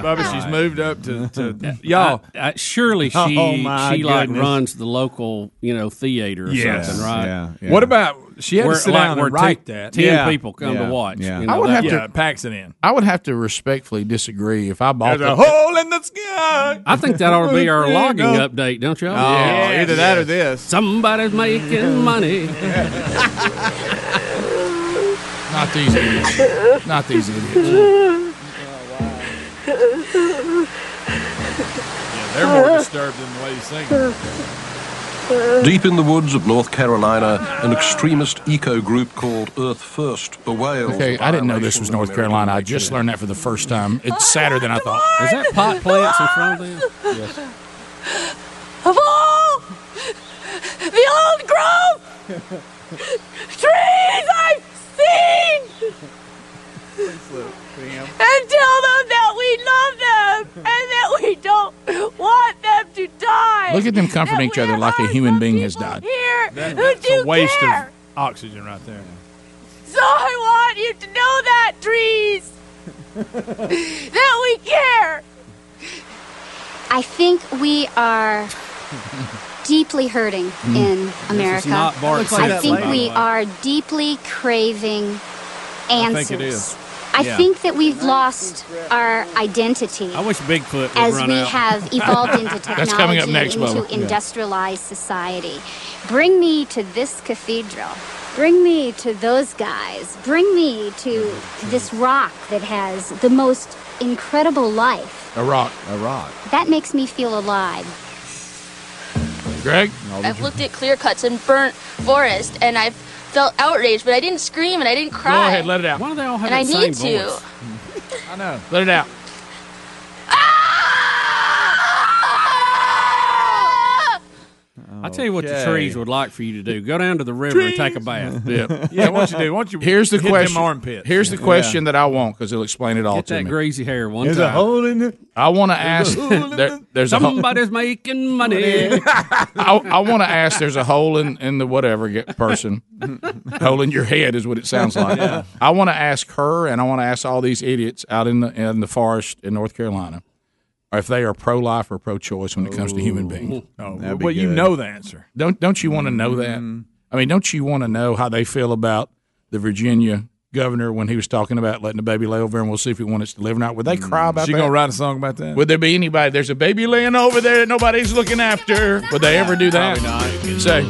Bubba, she's moved up to, to Y'all, I, I, surely she Oh, my she like goodness. runs the local you know theater or Yes. something, right? Yeah, yeah. What about- she had to where, sit like, down and where write ten- that. Ten Yeah. people come Yeah. to watch. Yeah. you know, I would that- have yeah, to packs it in. I would have to respectfully disagree if I bought There's a the hole in the sky. I think that ought to be our logging No. update, don't you? Oh, Yeah. either that or this. Somebody's making money. Not these idiots. Not these idiots. They're more disturbed than the way you sing. Deep in the woods of North Carolina, an extremist eco group called Earth First bewails. Okay, I didn't know this was North Carolina. I just learned that for the first time. It's sadder than I thought. Is that pot plants in front of them? Yes. Of all the old growth trees I've seen sing and tell them that we love them and that we don't want them to die. Look at them comforting each other like a human being has died. here That- who that's do a waste care. of oxygen right there. So I want you to know that, trees, that we care. I think we are deeply hurting Hmm. in America. not Bart Looks like I that think lady. we are deeply craving answers. think it is. I Yeah. think that we've lost our identity I wish Bigfoot would as run we out. have evolved into technology, That's coming up next, into Bubba. Yeah. industrialized society. Bring me to this cathedral. Bring me to those guys. Bring me to this rock that has the most incredible life. A rock. A rock. That makes me feel alive. Greg? I've looked at clear cuts and burnt forest, and I've felt outraged, but I didn't scream and I didn't Go cry. ahead, let it out. Why do they all have And that I same need to. voice? I know. Let it out. I tell you what the Okay. trees would like for you to do: go down to the river and take a bath. Yeah. what Here's the question. Here's the question that I want because it'll explain it all Get to that me. greasy hair one There's a time. hole in it. I want to ask. there- there's a hole. Somebody's making money. I, I want to ask. There's a hole in, in the whatever get person. hole in your head is what it sounds like. Yeah. I want to ask her, and I want to ask all these idiots out in the in the forest in North Carolina, or if they are pro life or pro choice when it comes to human beings. Oh, That'd be well, you good. know the answer. Don't don't you want to know that? I mean, don't you want to know how they feel about the Virginia governor when he was talking about letting the baby lay over and we'll see if he wants to live or not? Would they cry about She that? gonna write a song about that? Would there be anybody? There's a baby laying over there that nobody's looking after. Would they ever do that? Probably not. Say,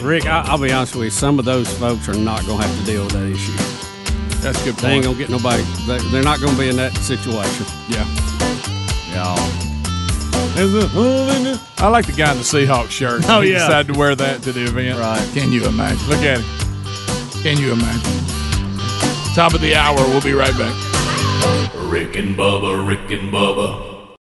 Rick, I, I'll be honest with you. Some of those folks are not going to have to deal with that issue. That's a good. They ain't going to get nobody. They, they're not going to be in that situation. Yeah. Yeah. I like the guy in the Seahawks shirt. Oh, he yeah. decided to wear that to the event. Right? Can you imagine? Look at him. Can you imagine? Top of the hour. We'll be right back. Rick and Bubba, Rick and Bubba.